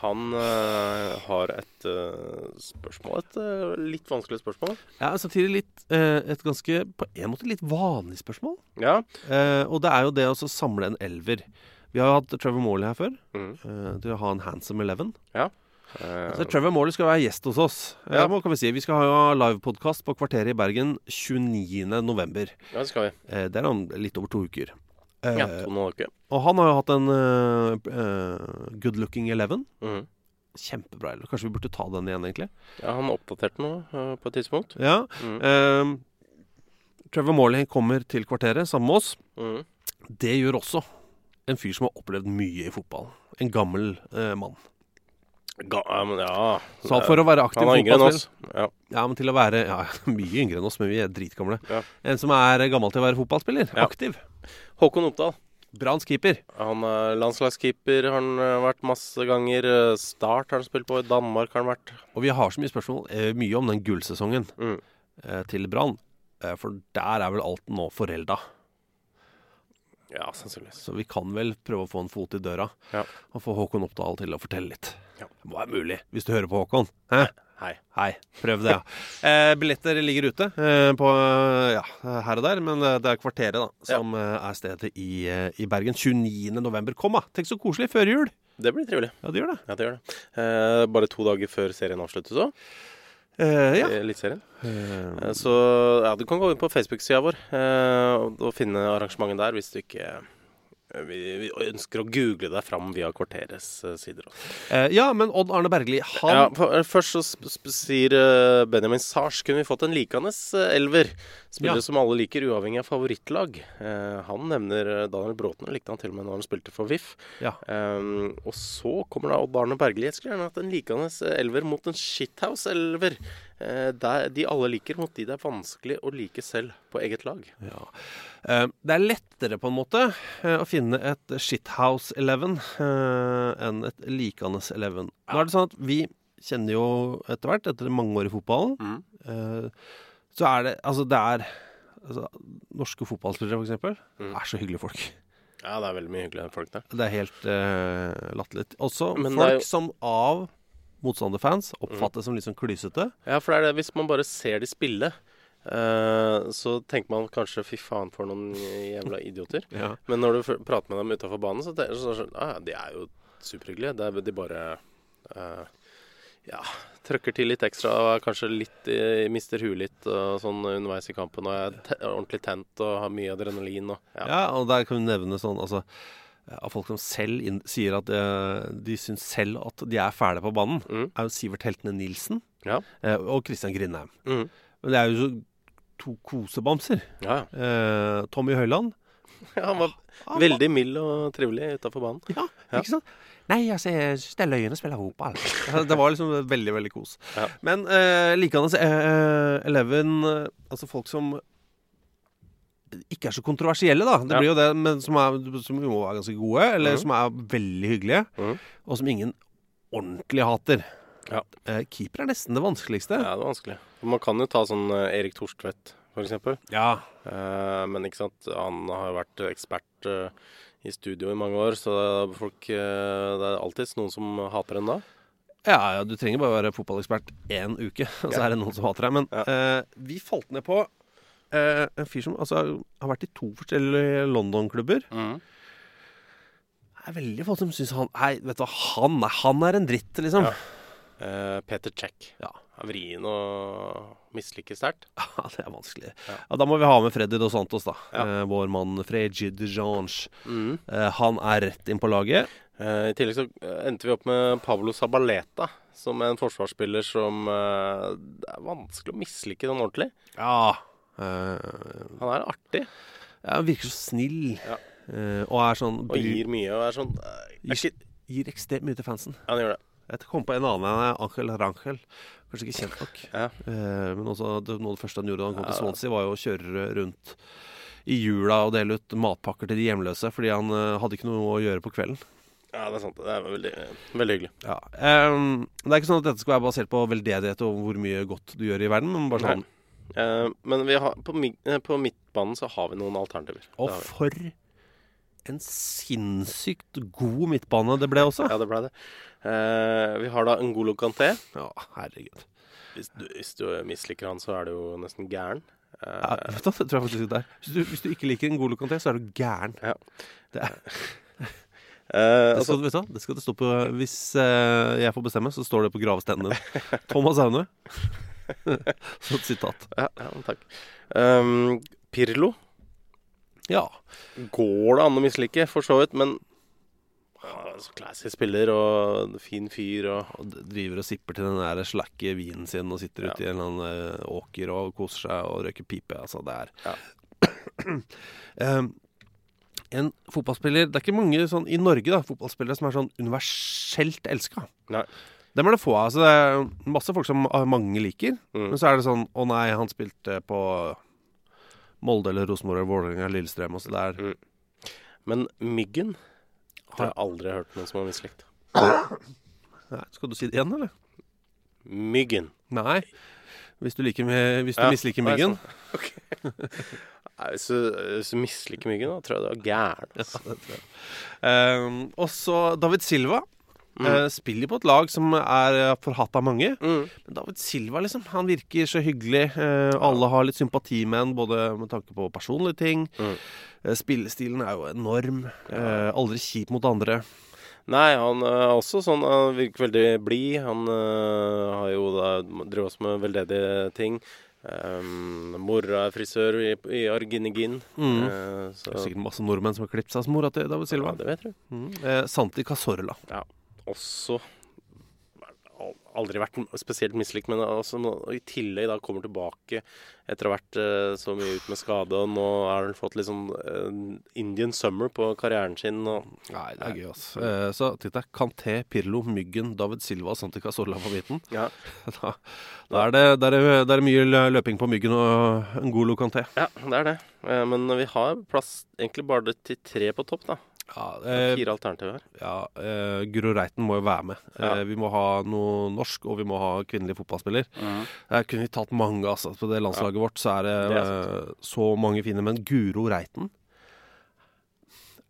E: han eh, har et eh, spørsmål. Et eh, litt vanskelig spørsmål.
D: Ja, samtidig litt, eh, et ganske på en måte litt vanlig spørsmål.
E: Ja.
D: Eh, og det er jo det å så samle en elver. Vi har jo hatt Trevor Morley her før.
E: Mm.
D: eh, til å ha en Handsome Eleven.
E: ja. Eh,
D: Så Trevor Morley skal være gjest hos oss. Eh,
E: Ja.
D: hva kan Vi si Vi skal ha livepodkast på Kvarteret i Bergen 29. november.
E: ja, det skal vi.
D: Eh, det er om litt over to uker.
F: Eh.
E: Ja, to nå, ok.
D: Og han har jo hatt en eh, p- eh, Good Looking Eleven.
E: Mhm.
D: Kjempebra. Eller kanskje vi burde ta den igjen, egentlig.
E: ja, han oppdaterte noe eh, på et tidspunkt.
D: Ja.
E: Mm.
D: eh, Trevor Morley kommer til Kvarteret sammen med oss.
E: Mhm.
D: Det gjør også en fyr som har opplevd mye i fotball. En gammel eh, mann.
E: Ga, ja, men ja. Eh,
D: Så for å være aktiv
E: Han er yngre enn
D: fotballspiller-
E: oss. Ja.
D: Ja, men til å være ja, [LAUGHS] mye yngre enn oss, men vi er dritgamle.
E: Ja.
D: En som er gammel til å være fotballspiller.
E: Ja.
D: Aktiv.
E: Håkon Oppdal.
D: Branns keeper.
E: Han er landslagskeeper, har han eh, vært masse ganger. eh, Start har han spilt på, i Danmark har han vært.
D: Og vi har så mye spørsmål eh, mye om den gullsesongen
E: Mm.
D: eh, til Brann. Eh, for der er vel alt nå forelda.
E: Ja, sannsynligvis.
D: Så vi kan vel prøve å få en fot i døra, og få Håkon Oppdal til å fortelle litt. Det må være mulig, hvis du hører på, Håkon. Hæ?
E: Hei.
D: Hei. Prøv det,
E: [LAUGHS]
D: ja. Eh, billetter ligger ute eh, på, eh, ja, her og der, men eh, det er Kvarteret da, som eh, er stedet i, eh, i Bergen. 29. november. Kom, da! Tenk så koselig før jul!
E: Det blir trivelig.
D: Ja, det gjør det.
E: Ja, det gjør det. Eh, bare to dager før serien avsluttes òg.
D: ja.
E: Eliteserien.
D: Eh,
E: Eh, Så ja, du kan gå inn på Facebook-sida vår eh, og- og finne arrangementet der hvis du ikke eh, vi, vi ønsker å google deg fram via kvarterets eh, sider.
D: eh, ja, men Odd Arne Bergli, han
E: Ja, f- eh, først så sp sp sier eh, Benjamin Sars kunne vi fått en likende eh, elver. Spillere
D: Ja.
E: som alle liker, uavhengig av favorittlag. Eh, han nevner eh, Daniel Bråten, og likte han til og med når han spilte for VIF.
D: Ja.
E: Eh, og så kommer da Odd Arne Bergli. Jeg skulle gjerne hatt en likende eh, elver mot en shithouse-elver. Eh, der de alle liker, mot de det er vanskelig å like selv på eget lag.
D: Ja. Eh, Det er lettere på en måte eh, å finne et Shithouse 11 eh, enn et likende 11. Nå er det sånn at vi kjenner jo etter hvert, etter mange år i fotballen,
E: Mm.
D: eh, så er det Altså, det er altså, Norske fotballspillere, for eksempel,
E: Mm.
D: er så hyggelige folk. [LAUGHS]
E: Ja, det er veldig mye hyggelige folk der.
D: Det er helt uh, latterlig. Også
E: Men det er jo-
D: folk
E: Mm.
D: som av motstanderfans oppfattes som litt sånn klysete.
E: Ja, for det er det, hvis man bare ser de spille, eh, så tenker man kanskje fy faen for noen jævla [LAUGHS] idioter.
D: Ja.
E: Men når du f- prater med dem utafor banen, så tenker så, så, ah, ja, de er jo superhyggelige. Det er, de bare eh, ja, trøkker til litt ekstra og er kanskje litt eh, mister huet litt og sånn underveis i kampen og er te ordentlig tent og har mye adrenalin og
D: Ja. og der kan vi nevne sånn altså, Av folk som selv inn, sier at eh, de syns selv at de er fæle på banen,
E: Mm.
D: er jo Sivert Heltene Nilsen eh, og Christian Grindheim.
E: Mhm.
D: Men det er jo så to kosebamser.
E: Ja.
D: Eh, Tommy Høiland.
E: Ja, han var veldig mild og trivelig utafor banen.
D: Ja, ikke sant? Nei, altså, jeg syns det er løye å spille [LAUGHS] fotball. det var liksom veldig, veldig kos. Men uh, likeens Eleven eh, Altså folk som ikke er så kontroversielle, da. Det
E: Ja.
D: blir jo det, men som, er, som jo er ganske gode, eller
E: Mhm.
D: som er veldig hyggelige, og som ingen ordentlig hater. Eh, keeper er nesten det vanskeligste.
E: Ja, det er vanskelig. Man kan jo ta sånn eh, Erik Torstvedt, for eksempel.
D: Ja.
E: Eh, men ikke sant, han har jo vært ekspert eh, i studio i mange år, så folk, eh, det er alltid noen som hater en da.
D: Ja, ja, du trenger bare være fotballekspert én uke, og så
E: Ja.
D: er det noen som hater deg. Men eh, vi falt ned på eh, en fyr som altså, har vært i to forskjellige London-klubber.
E: Mm.
D: Det er veldig få som syns han Hei, vet du hva, han er, han er en dritt, liksom.
E: Eh, Peter Check.
D: Ja.
E: Er vrien og misliker sterkt.
D: [LAUGHS] Ja, det er vanskelig. Ja, da må vi ha med Freddy Dos Santos, da.
E: Ja.
D: Eh, vår mann Fredgy de Jange.
E: Mhm.
D: Eh, han er rett inn på laget.
E: Eh, I tillegg så eh, endte vi opp med Pablo Sabaleta, som er en forsvarsspiller som eh, Det er vanskelig å mislike sånn ordentlig.
D: Ja.
E: Han er artig.
D: Ja, Eh, han virker så snill. Eh, og er sånn
E: Og gir mye og er sånn eh, er
D: gir,
E: ikke-
D: gir ekstremt mye til fansen.
E: Ja, han gjør det.
D: Jeg kom på en annen enn Angel Rangel. Kanskje ikke kjent nok. Eh, men også det, noe av det første han gjorde da han kom til
E: Ja.
D: Swansea, var jo å kjøre rundt i jula og dele ut matpakker til de hjemløse, fordi han eh, hadde ikke noe å gjøre på kvelden.
E: Ja, det er sant. Det er veldig, veldig hyggelig.
D: Ja. Ehm, det er ikke sånn at dette skal være basert på veldedighet og hvor mye godt du gjør i verden, men bare sånn
E: Nei. Eh, men vi har, på, mi- eh, på midtbanen så har vi noen alternativer.
D: Og
E: Det har vi.
D: for en sinnssykt god midtbane det ble også.
E: Ja, det ble det. Eh, vi har da Ngolo Kanté.
D: Ja, herregud.
E: Hvis du, hvis du misliker han, så er du jo nesten gæren. Eh,
D: Ja, vet du, hva, det tror jeg faktisk det er. Hvis du, hvis du ikke liker en god lokanté, så er du gæren. Det, er,
E: [LAUGHS] eh,
D: det,
E: altså,
D: skal, vet du, hva, det skal det stå på Hvis eh, jeg får bestemme, så står det på gravsteinen din. Thomas [LAUGHS] Aune. Så et sitat.
E: ja, ja, men takk. Um, Pirlo.
D: Ja.
E: Går det an å mislike, for så vidt, men han er så classy spiller og fin fyr og
D: Og d- driver og sipper til den der slacke vinen sin og sitter ute i en eller annen eh, åker og koser seg og røyker pipe. Altså, det er [CLEARS THROAT] Em, En fotballspiller Det er ikke mange sånn i Norge da fotballspillere som er sånn universelt elska.
E: Nei.
D: Dem er det få av. Altså, det er masse folk som eh, mange liker.
E: Mm.
D: Men så er det sånn Å nei, han spilte på Molde eller Rosenborg eller Vålerenga eller Lillestrøm. Altså, det
E: Mm.
D: er
E: Men Myggen har jeg aldri hørt noen som har mislikt.
D: nei, Skal du si det igjen, eller?
E: Myggen.
D: Nei. Hvis du, liker, med- hvis du
E: Ja,
D: misliker
E: nei,
D: myggen.
E: sånn. Ok. Nei, Hvis du, hvis du misliker myggen, da tror jeg du er gæren. altså. sånn.
D: Um, og så David Silva.
E: Mm.
D: eh, spiller på et lag som er eh, forhatt av mange.
E: Mm.
D: Men David Silva liksom, han virker så hyggelig. eh, alle har litt sympati med han, både med tanke på personlige ting.
E: Mm.
D: Eh, spillestilen er jo enorm. eh, aldri kjip mot andre.
E: Nei, han er også sånn Han virker veldig blid. Han øh, har jo da drevet også med veldedige ting. Um, mora er frisør i, i Arginegin.
D: Mm.
E: Eh, så
D: Det er sikkert masse nordmenn som har klippet seg som mora til David Silva.
E: Ja, det vet du.
D: Mm. Eh, Santi Casorla.
E: Ja. også al- aldri vært spesielt mislikt, men også, nå- i tillegg da kommer tilbake etter å ha vært eh, så mye ut med skade, og nå har han fått litt sånn eh, Indian summer på karrieren sin. Og,
D: Nei, det er gøy, ass. Eh, så tenk deg Kanté, Pirlo, Myggen, David Silva og Santi Casorla på hviten. [LAUGHS] Da, da, er det, da, er det, da er det mye lø- løping på Myggen og en god Kanté.
E: Ja, det er det. Eh, Men vi har plass egentlig bare til tre på topp, da.
D: eh,
E: Fire alternativer.
D: Ja, eh, Guro Reiten må jo være med.
E: Ja.
D: Eh, vi må ha noe norsk, og vi må ha kvinnelig fotballspiller.
E: Mhm.
D: Der kunne vi tatt mange, altså. På det landslaget vårt så er det,
E: Det er
D: eh, så mange fine menn. Guro Reiten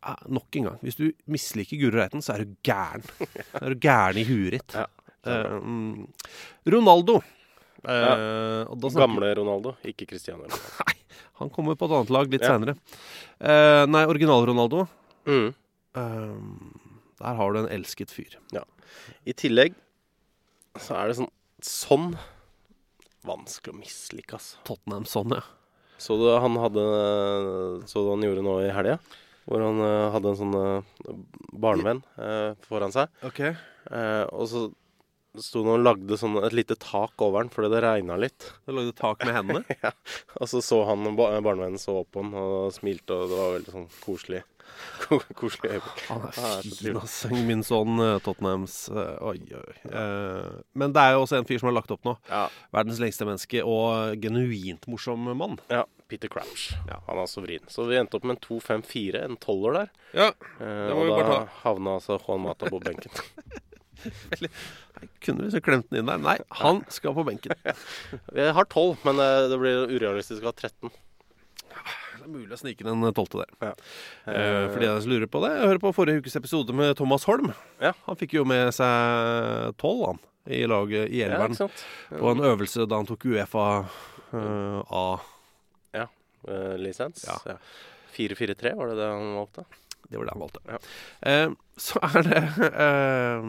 D: Eh, Nok en gang, hvis du misliker Guro Reiten, så er du
E: [LAUGHS]
D: gæren. Da er du gæren i huet ditt. Eh, mm. Ronaldo. Eh,
E: Ja.
D: og da snakker- [LAUGHS]
E: Gamle Ronaldo, ikke Cristiano Ronaldo.
D: Han kommer på et annet lag litt
E: Ja.
D: senere seinere. nei, original-Ronaldo. Eh,
E: Mm.
D: der har du en elsket fyr.
E: Ja. I tillegg så er det sånn Sånn vanskelig å mislike, altså.
D: Tottenham sånn, ja.
E: Så du han hadde Så du han gjorde nå i helga? Hvor han eh, hadde en sånn eh, barnevenn eh, foran seg.
D: Ok.
E: Eh, og så sto han og lagde sånn et lite tak over den fordi det regna litt.
D: Du lagde tak med hendene?
E: ja. Og så så han ba barnevennen så opp på han og smilte, og det var veldig sånn koselig. [LAUGHS] Ko- koselig øyeblikk.
D: [LAUGHS] Han
E: Ja,
D: er
E: det så
D: fin,
E: trivelig.
D: ass. Ah, Min sånn eh, Tottenhams eh, Oi, oi. Eh, men det er jo også en fyr som har lagt opp nå. Verdens lengste menneske og genuint morsom mann.
E: Ja, Peter Crouch. Han er også vrien. Så vi endte opp med en 2-5-4, en tolver der.
D: Ja,
E: Eh,
D: det
E: og
D: må vi
E: da
D: bare ta.
E: havna altså Juan Mata på benken. [LAUGHS]
D: Kunne vi så klemt den inn der? Nei, han skal på [LAUGHS] benken.
E: vi har tolv, men eh, det blir urealistisk å ha 13.
D: Det er mulig å snike inn en tolvte der.
E: Ja.
D: Eh, for de av dere som lurer på det, hør på forrige ukes episode med Thomas Holm. Han fikk jo med seg tolv, han, i laget i
E: Ja,
D: Elveren.
E: ikke sant?
D: på en øvelse da han tok Uefa eh, A.
E: Ja. Eh, lisens. Ja. 4-4-3, var det det han valgte?
D: Det var det han valgte.
E: Ja.
D: Eh, så er det eh,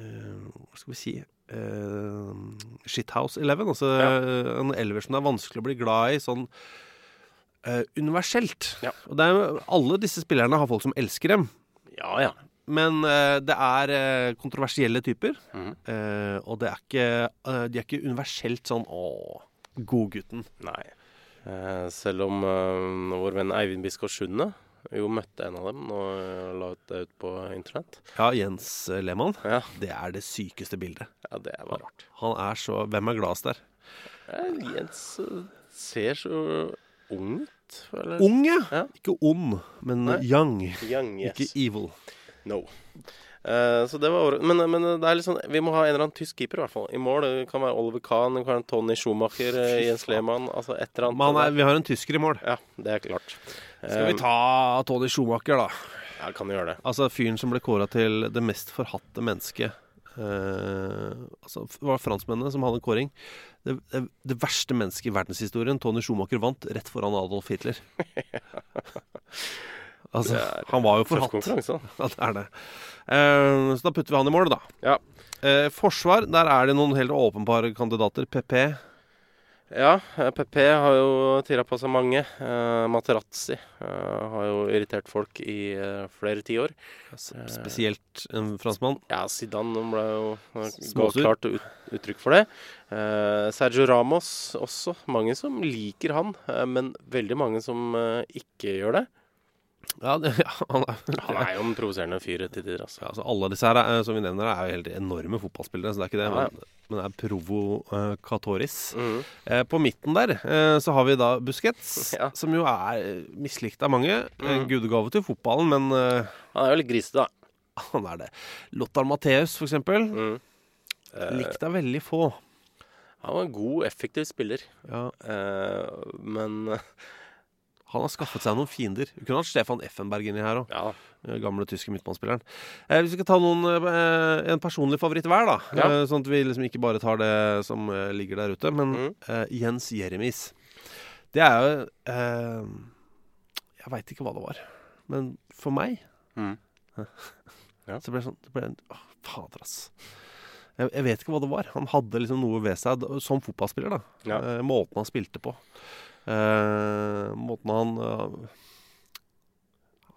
D: eh, Hva skal vi si eh, Shithouse 11. Altså eh, en elver som det er vanskelig å bli glad i sånn eh, universelt. Og det er, jo- alle disse spillerne har folk som elsker dem.
E: Ja, ja.
D: Men eh, det er eh, kontroversielle typer.
E: Mhm.
D: eh, og det er ikke, eh, de er ikke universelt sånn Å, godgutten.
E: Nei. Eh, selv om eh, vår venn Eivind Biskår Sunde jo møtte en av dem og la ut det ut på internett.
D: Ja, Jens Lehmann.
E: Ja.
D: Det er det sykeste bildet.
E: Ja, det var rart.
D: Han er så Hvem er gladest der?
E: Eh, Jens eh, ser så ung ut. eller?
D: Ung, ja. Ikke ond, men
E: Nei.
D: young.
E: Young, yes.
D: Ikke evil.
E: No. Eh, så det var året. Men, men det er litt sånn, vi må ha en eller annen tysk keeper i hvert fall. I mål. Det kan være Oliver Kahn, det kan være Tony Schumacher, eh, Jens Lehmann Altså et eller annet.
D: Men han er, vi har en tysker i mål.
E: Ja, det er klart. Eh,
D: Skal vi ta Tony Schumacher, da?
E: Ja, kan du gjøre det.
D: Altså fyren som ble kåra til det mest forhatte mennesket. Eh, altså, det var franskmennene som hadde en kåring. Det, det, det verste mennesket i verdenshistorien. Tony Schumacher vant rett foran Adolf [LAUGHS] Hitler. altså,
E: Det er
D: han var jo
E: tøff
D: forhatt.
E: konkurranse, da.
D: Ja, det er det. Eh, så da putter vi han i mål, da.
E: Ja.
D: Eh, forsvar, der er det noen helt åpenbare kandidater. PP.
E: Ja, eh, PP har jo tira på seg mange. Eh, Materazzi eh, har jo irritert folk i eh, flere tiår. Altså,
D: Eh, Spesielt en franskmann.
E: Ja, Zidane ble jo eh, ga
D: Småsur.
E: klart ut, uttrykk for det. Eh, Sergio Ramos også. Mange som liker han, eh, men veldig mange som eh, ikke gjør det.
D: Ja, det, [LAUGHS] ja, han er,
E: Han er jo en provoserende fyr til tider, altså.
D: altså, alle disse her eh, som vi nevner, er jo helt enorme fotballspillere, så det er ikke det.
E: Ja, ja.
D: Men, men det er provokatoris.
E: Mhm.
D: Eh, på midten der eh, så har vi da Busquets,
E: [LAUGHS] Ja.
D: som jo er eh, mislikt av mange. En
E: Mhm.
D: gudegave til fotballen, men eh, [LAUGHS]
E: Han er jo litt grisete, da.
D: han er det. Lothar Matthäus, for eksempel.
E: Mm. Eh,
D: Likt av veldig få.
E: Eh, Han var en god, effektiv spiller.
D: Ja.
E: Eh, men [LAUGHS]
D: Han har skaffet seg noen fiender. Vi kunne hatt Stefan Effenberg inni her òg. eh, Gamle tyske midtbanespilleren. Eh, vi skal ta noen, eh, en personlig favoritt hver, da.
E: Ja.
D: Eh, sånn at vi liksom ikke bare tar det som eh, ligger der ute. Men eh, Jens Jeremis. Det er jo eh, Jeg veit ikke hva det var. Men for meg Så ble det sånn det ble en, Å, fader, ass. Jeg, jeg vet ikke hva det var. Han hadde liksom noe ved seg d- som fotballspiller. da Eh, Måten han spilte på. Eh, måten han eh,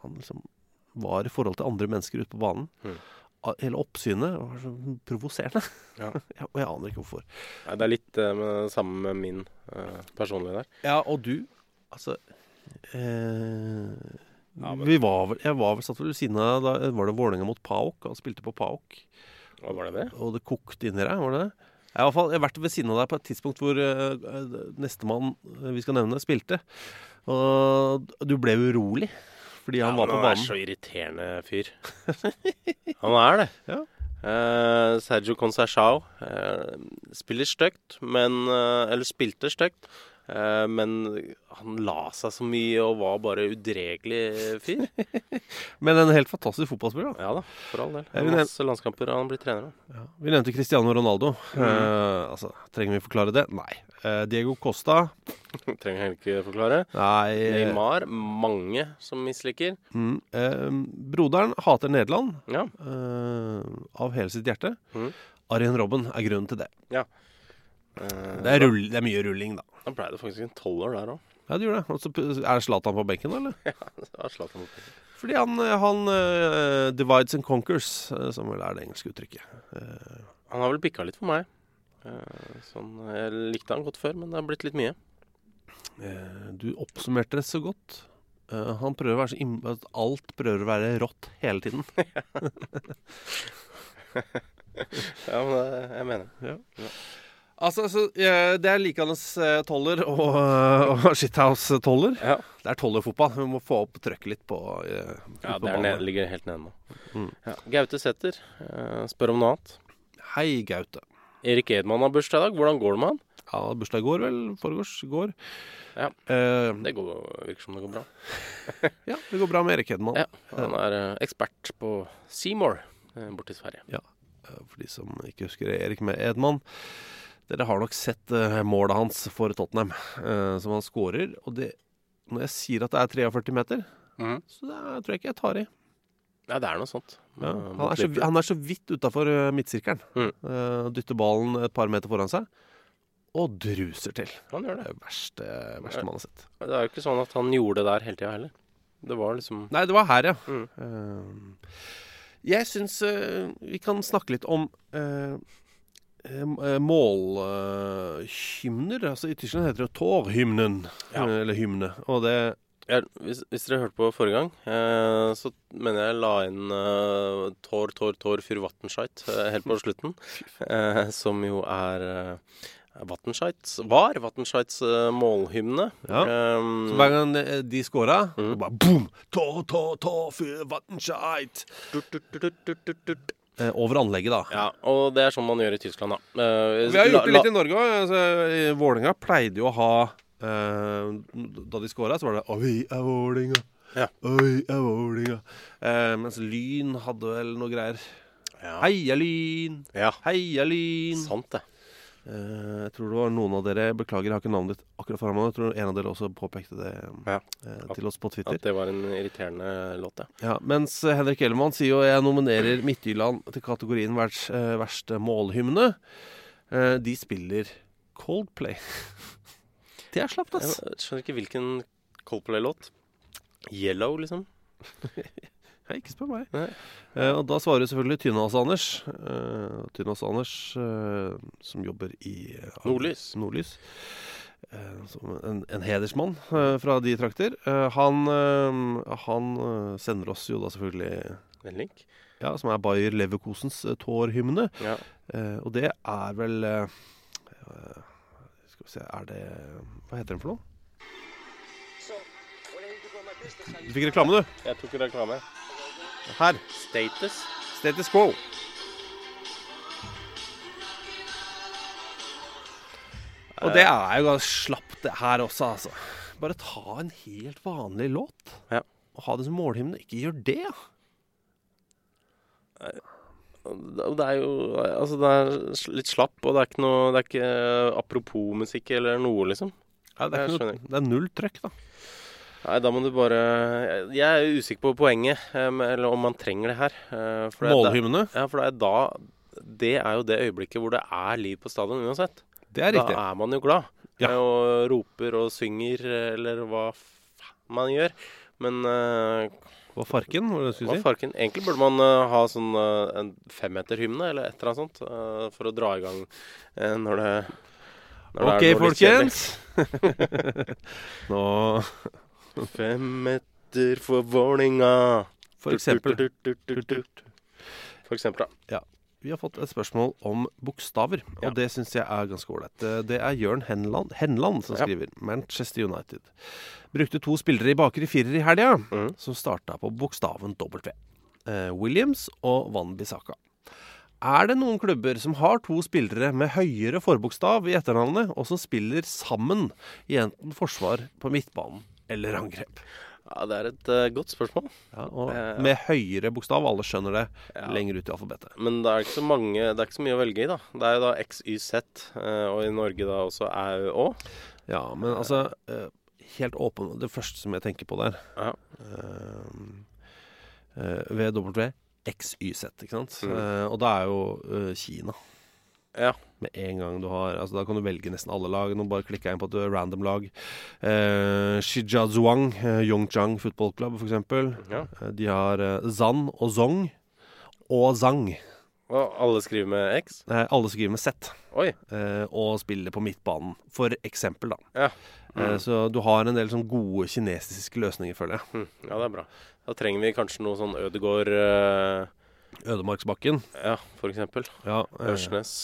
D: Han liksom var i forhold til andre mennesker ute på banen.
E: Mm.
D: A- Hele oppsynet var så provoserende. [LAUGHS]
E: Ja.
D: Jeg- Og jeg aner ikke hvorfor.
E: Nei, det er litt eh, med, samme med min eh, personlige der.
D: Ja, og du, altså eh,
E: Ja, men-
D: Vi var vel Jeg var vel satt vel ved siden av da var det Vålerenga mot Paok. Han spilte på Paok.
E: Hva var det det?
D: Og det kokte inni deg, var det det? Jeg har i hvert fall- jeg har vært ved siden av deg på et tidspunkt hvor uh, nestemann eh, vi skal nevne, spilte. Og du ble urolig fordi han
E: Ja,
D: var på
E: men
D: banen.
E: er så irriterende fyr. [LAUGHS] Han er det. Eh, Sergio Conceição eh, spiller stygt, men eh, Eller spilte stygt. eh, men han la seg så mye og var bare udregelig
D: [LAUGHS]
E: fyr.
D: Men en helt fantastisk fotballspiller, da.
E: Ja da, for all del.
D: Jeg vil nev-
E: Masse landskamper og han blir trener. da.
D: Vi nevnte Cristiano Ronaldo.
E: Mhm.
D: Eh, altså, trenger vi forklare det? Nei. Eh, Diego Costa
E: [LAUGHS] Trenger jeg ikke forklare.
D: Nei. eh,
E: Neymar, mange som misliker.
D: Mm, eh, broderen hater Nederland
E: Ja.
D: eh, av hele sitt hjerte.
E: Mhm.
D: Arjen Robben er grunnen til det.
E: Ja.
D: Det er, rull, det er mye rulling, da.
E: Da ble det eh, faktisk en tolver [LAUGHS] der òg.
D: Ja, det gjør det. Og så p- er Zlatan på benken, da, eller?
E: Ja,
D: Fordi han, han eh, divides and conquers, eh, som vel er det engelske uttrykket. Eh,
E: Han har vel pikka litt for meg. Eh, Sånn, jeg likte han godt før, men det har blitt litt mye.
D: eh, du oppsummerte det så godt. Eh, han prøver å være så im at alt prøver å være rått hele tiden.
E: Ja, men det, jeg mener
D: [LAUGHS] Ja. altså, så, eh, det er likeandes eh, toller og, eh, og Shithouse-toller. Det er tollerfotball. Vi må få opp trøkket litt på eh,
E: Ja, det
D: på
E: er
D: banen.
E: ned, ligger helt nede nå. Ja. Mm. Gaute Sæther eh, spør om noe annet.
D: Hei, Gaute.
E: Erik Edman har bursdag i dag. Hvordan går det med han?
D: Ja, han hadde bursdag i går, vel? Foregårs? I går.
E: Ja,
D: Eh,
E: Det går, virker som det går bra.
D: ja, det går bra med Erik Hedman.
E: Ja, han er eh, ekspert på Seymour eh, borte i Sverige.
D: Ja, eh, for de som ikke husker Erik med Edman. Dere har nok sett eh, målet hans for Tottenham, eh, som han skårer. Og det, når jeg sier at det er 43 meter,
E: Mhm.
D: så det er, tror jeg ikke jeg tar i.
E: Ja, det er noe sånt.
D: Ja,
E: Eh,
D: han,
E: mot
D: er så,
E: Liverpool.
D: han er så vidt utafor midtsirkelen. Eh, dytter ballen et par meter foran seg, og druser til.
E: Han gjør det.
D: er verste, verste man har sett.
E: Det er jo ikke sånn at han gjorde det der hele tida heller. Det var liksom
D: Nei, det var her, ja. Eh, jeg syns eh, vi kan snakke litt om uh, eh, målhymner. altså I Tyskland heter det Torhymnen, eh, eller hymne. Og det
E: jeg, hvis, hvis dere hørte på forrige gang, eh, så mener jeg la inn eh, Tor, Tor, Tor für Wattenscheid eh, helt på
D: [LAUGHS]
E: slutten. Eh, som jo er eh, Wattenscheids Var Wattenscheids eh, målhymne.
D: ja.
E: Eh,
D: Så hver gang eh, de scora, så bare boom! Tor, tor, tor für Wattenscheid! Eh, over anlegget, da.
E: ja, og det er sånn man gjør i Tyskland, da. Eh,
D: Vi har
E: la-
D: gjort det litt
E: la-
D: i Norge òg. Altså, i Vålerenga pleide jo å ha eh, Da de scora, så var det 'Oi, er Vålerenga'.
E: Ja.
D: Oi, er Vålerenga. Eh, mens Lyn hadde vel noe greier. Heia Lyn!
E: Ja.
D: Heia Lyn!
E: Sant, det.
D: Eh, jeg tror det var noen av dere Beklager, jeg har ikke navnet ditt akkurat foran meg. Jeg tror en av dere også påpekte det
E: Ja.
D: eh, til oss på Twitter.
E: At det var en irriterende låt, ja.
D: Ja, mens eh, Henrik Ellemann sier jo jeg nominerer Midtjylland til kategorien verds, eh, verste målhymne. Eh, de spiller Coldplay. [LAUGHS] Det er slapt, ass.
E: Jeg skjønner ikke hvilken Coldplay-låt. Yellow, liksom.
D: Nei, ikke spør meg.
E: Nei.
D: Eh, og da svarer jo selvfølgelig Tynås Anders. Eh, Tynås Anders, eh, som jobber i eh,
E: Nordlys.
D: Nordlys. Eh, som en, en hedersmann eh, fra de trakter. Eh, han eh, han eh, sender oss jo da selvfølgelig
E: En link.
D: Ja, som er Bayer Leverkosens uh, Tor-hymne.
E: Ja.
D: Eh, og det er vel eh, eh, Skal vi se Er det Hva heter den for noe? Du fikk reklame, du.
E: Jeg tok reklame.
D: Her.
E: Status.
D: Status quo. Eh. Og det er jo ganske slapt, det her også, altså. Bare ta en helt vanlig låt
E: Ja.
D: og ha det som målhymne. Ikke gjør det! ja.
E: Og Det er jo Altså, det er sl- litt slapp, og det er ikke noe Det er ikke eh, apropos musikk eller noe, liksom.
D: Ja, det, er ikke noe, Eh, det er null trøkk, da.
E: Nei, da må du bare Jeg jeg er usikker på poenget, eh, med- eller om man trenger det her. eh, for det er da-
D: Målhymne?
E: Ja, for det er da Det er jo det øyeblikket hvor det er liv på stadion uansett.
D: Det er riktig.
E: Da er man jo glad. eh, Og roper og synger, eh, eller hva faen man gjør. Men eh,
D: Hva farken, var det du
E: hva
D: skulle si?
E: farken? Egentlig burde man eh, ha sånn eh, en femmeterhymne eller et eller annet sånt eh, for å dra i gang eh, når det når
D: Ok,
E: det er noe litt
D: folkens.
E: kjedelig.
D: [LAUGHS] Nå
E: [LAUGHS] Fem meter for Vålinga.
D: For eksempel.
E: Du, du, du, du, du, du. For eksempel, da.
D: Ja. Vi har fått et spørsmål om bokstaver, og det syns jeg er ganske ålreit. Det- Det er Jørn Henland, Henland som
E: Ja.
D: skriver. Manchester United. Brukte to spillere i baker i firer i helga, som starta på bokstaven W. Eh, Williams og Van Bissaka. Er det noen klubber som har to spillere med høyere forbokstav i etternavnet, og som spiller sammen i enten forsvar, på midtbanen eller angrep?
E: Ja, det er et eh, godt spørsmål.
D: Ja, og
E: Eh,
D: med høyere bokstav, alle skjønner det,
E: Ja.
D: lenger ut i alfabetet.
E: Men det er ikke så mange Det er ikke så mye å velge i, da. Det er jo da XYZ, eh, og i Norge da også AUÅ.
D: Ja, men altså eh, Helt åpen Det første som jeg tenker på der
E: Ja.
D: eh, eh, VW XYZ, ikke sant? Eh, og da er jo eh, Kina.
E: Ja.
D: Med en gang du har Altså Da kan du velge nesten alle lag. Nå bare klikker jeg inn på et random lag. Eh, Shijiazhuang, eh, Yongchang Football Club, for eksempel.
E: Ja.
D: Eh, de har eh, Zan og Zong og Zang.
E: Og alle skriver med X.
D: Eh, alle skriver med Z.
E: Oi.
D: Eh, og spiller på midtbanen, for eksempel, da.
E: Ja. Mm.
D: Eh, så du har en del sånn gode kinesiske løsninger, føler jeg.
E: Hm, ja, det er bra. Da trenger vi kanskje noe sånn Ødegård eh,
D: Ødemarksbakken.
E: Ja, for eksempel.
D: Ja, eh,
E: Ørsnes.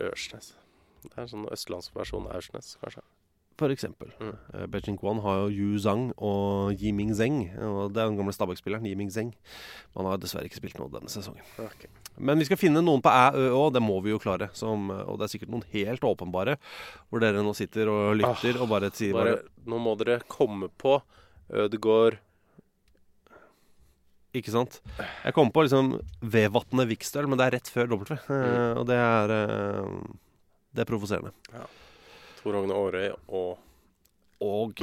E: Ørsnes. Det er en sånn østlandsversjon av Aursnes, kanskje.
D: For eksempel.
E: Mm.
D: Eh, Beijing Kwan har jo Yu Zhang og Yiming Zeng. Og det er den gamle Stabæk-spilleren Yiming Zeng. Man har dessverre ikke spilt noe denne sesongen.
E: Ok.
D: Men vi skal finne noen på æ, ø og, det må vi jo klare. Som, og det er sikkert noen helt åpenbare, hvor dere nå sitter og lytter og bare sier
E: Bare,
D: bare,
E: nå må dere komme på Ødegård
D: Ikke sant? Jeg kom på liksom Vevatnet Vikstøl, men det er rett før W. Eh,
E: Mm.
D: Og det er eh, Det er provoserende.
E: Tor Hogne Aarøy og
D: Og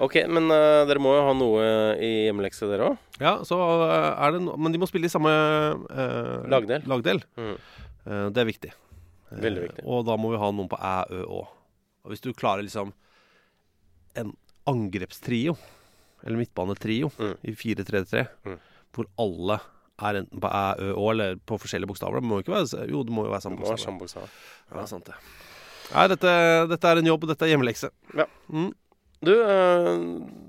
E: OK, men eh, dere må jo ha noe i hjemmelekse, dere òg.
D: Ja, så eh, er det no Men de må spille i samme eh,
E: Lagdel.
D: lagdel. Eh, det er viktig. Eh,
E: Mm. Veldig viktig.
D: Og da må vi ha noen på æ, ø, å. Og hvis du klarer liksom en angrepstrio, eller midtbanetrio,
E: Mm.
D: i 4-3-3, hvor alle er enten på æ, ø, å, eller på forskjellige bokstaver Det må jo ikke være Jo, det må jo være samme
E: Må ha
D: bokstav.
E: sjambuksa.
D: Ja, sant det. Nei, dette, dette er en jobb, dette er hjemmelekse.
E: Ja.
D: Mm.
E: Du, eh,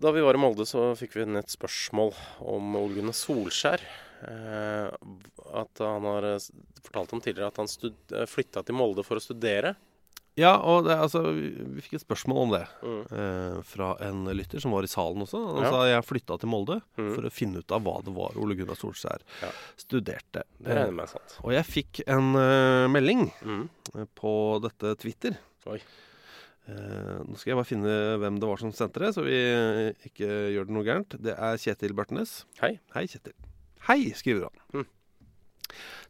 E: da vi var i Molde, så fikk vi inn et spørsmål om Ole Gunnar Solskjær. Eh, At han har eh, s- fortalt om tidligere at han stud- eh, flytta til Molde for å studere.
D: Ja, og det, altså, vi, vi fikk et spørsmål om det
E: Mm.
D: eh, fra en lytter som var i salen også. Han
E: Ja.
D: sa jeg flytta til Molde
E: Mm.
D: for å finne ut av hva det var Ole Gunnar Solskjær
E: Ja.
D: studerte.
E: Det regner jeg
D: Eh,
E: med er sant.
D: og jeg fikk en eh, melding
E: Mm.
D: eh, på dette Twitter.
E: Oi.
D: Eh, nå skal jeg bare finne hvem det var som sendte det, så vi eh, ikke gjør det noe gærent. Det er Kjetil Børtnes.
E: Hei.
D: Hei, Kjetil. Hei, skriver han.
E: Mm.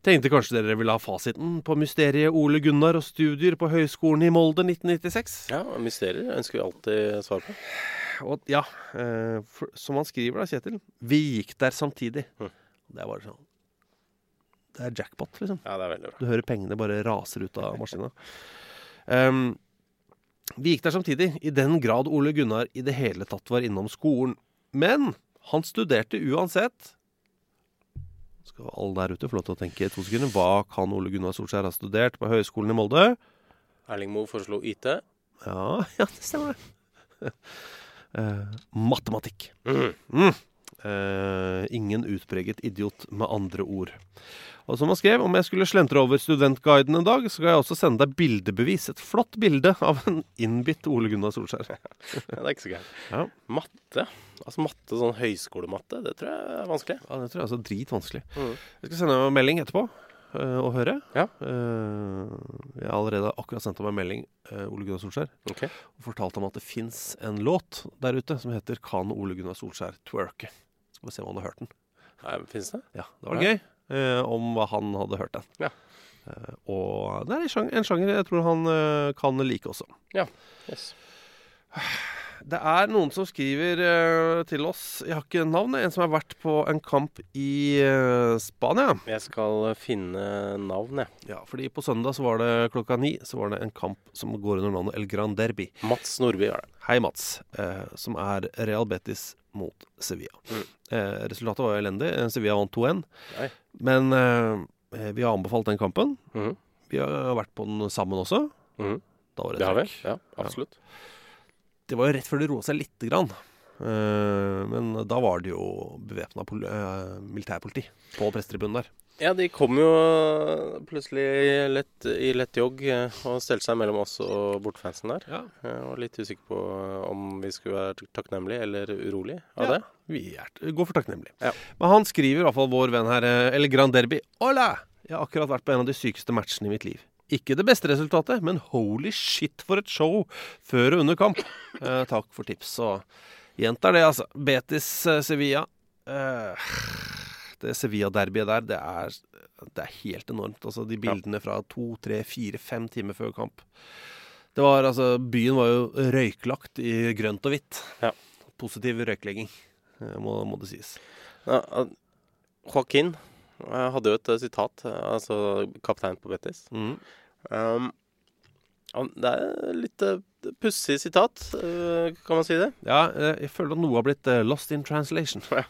D: Tenkte kanskje dere ville ha fasiten på mysteriet Ole Gunnar og studier på Høgskolen i Molde 1996.
E: Ja, mysterier ønsker vi alltid svar på.
D: Og, ja, eh, for, som han skriver da, Kjetil Vi gikk der samtidig
E: Mhm.
D: Det er bare sånn Det er jackpot, liksom
E: Ja, det er veldig bra.
D: Du hører pengene bare raser ut av maskina Em, Vi gikk der samtidig I den grad Ole Gunnar i det hele tatt var innom skolen Men han studerte uansett Skal alle der ute få lov til å tenke i to sekunder Hva kan Ole Gunnar Solskjær ha studert på høyskolen i Molde?
E: Erling Moe foreslo IT.
D: Ja, [LAUGHS] ja det stemmer det. Eh, matematikk.
E: Mm.
D: Mm. Eh, ingen utpreget idiot, med andre ord. Og som han skrev, om jeg skulle slentre over studentguiden en dag, så skal jeg også sende deg bildebevis. Et flott bilde av en innbitt Ole Gunnar Solskjær.
E: Ja, Det er ikke så gærent.
D: Ja,
E: Matte. Altså matte, sånn høyskolematte, det tror jeg er vanskelig.
D: ja det tror jeg er altså dritvanskelig. Jeg skal sende deg en melding etterpå. eh, å høre.
E: Mm.
D: Eh,
E: Ja.
D: jeg har allerede akkurat sendt ham en melding, eh, Ole Gunnar Solskjær,
E: Ok.
D: og fortalt ham at det fins en låt der ute som heter 'Kan Ole Gunnar Solskjær twerke'? Skal vi se om han har hørt den.
E: Nei, Finnes det?
D: Ja, det
E: Ja.
D: var gøy eh, om hva han hadde hørt den.
E: Ja.
D: Eh, og det er en sjang- en sjanger jeg tror han eh, kan like også.
E: Ja. Yes.
D: Det er noen som skriver eh, til oss, jeg har ikke navnet, en som har vært på en kamp i eh, Spania.
E: Jeg skal finne navn, jeg.
D: Ja, fordi på søndag så var det klokka ni så var det en kamp som går under navnet El Gran Derby.
E: Mats Nordby var det.
D: Hei, Mats. Eh, som er Real Betis mot Sevilla. Eh, resultatet var jo elendig. Eh, Sevilla vant
E: Mm.
D: 2-1.
E: Nei.
D: Men eh, vi har anbefalt den kampen.
E: Mhm.
D: Vi har vært på den sammen også.
E: Mhm.
D: Da var det
E: Det har vi.
D: trøkk.
E: Ja, absolutt.
D: Det var jo rett før det roa seg lite grann. Eh, men da var det jo bevæpna pol eh, militærpoliti på prestetribunen der.
E: Ja, de kom jo plutselig lett, i lett jogg eh, og stelte seg mellom oss og bortefansen der.
D: Ja.
E: Jeg var litt usikker på om vi skulle være takknemlige eller urolige av
D: Ja.
E: det.
D: Vi er, går for takknemlig.
E: Ja.
D: Men han skriver i hvert fall vår venn her, eh, El Gran Derby. Hola! Jeg har akkurat vært på en av de sykeste matchene i mitt liv. Ikke det beste resultatet, men holy shit for et show før og under kamp. Eh, takk for tips. Og gjentar det, altså. Betis eh, Sevilla. Eh, det Sevilla-derbyet der, det er, det er helt enormt. Altså de bildene fra to, tre, fire, fem timer før kamp. Det var altså Byen var jo røyklagt i grønt og hvitt.
E: Ja.
D: Positiv røyklegging, eh, må, må det sies.
E: Ja, al- Joaquin eh, hadde jo et eh, sitat, eh, altså kaptein på Betis.
D: Mhm.
E: Um, han- det er litt eh, pussig sitat, eh, kan man si det?
D: Ja, eh, jeg føler at noe har blitt eh, lost in translation.
E: Eh,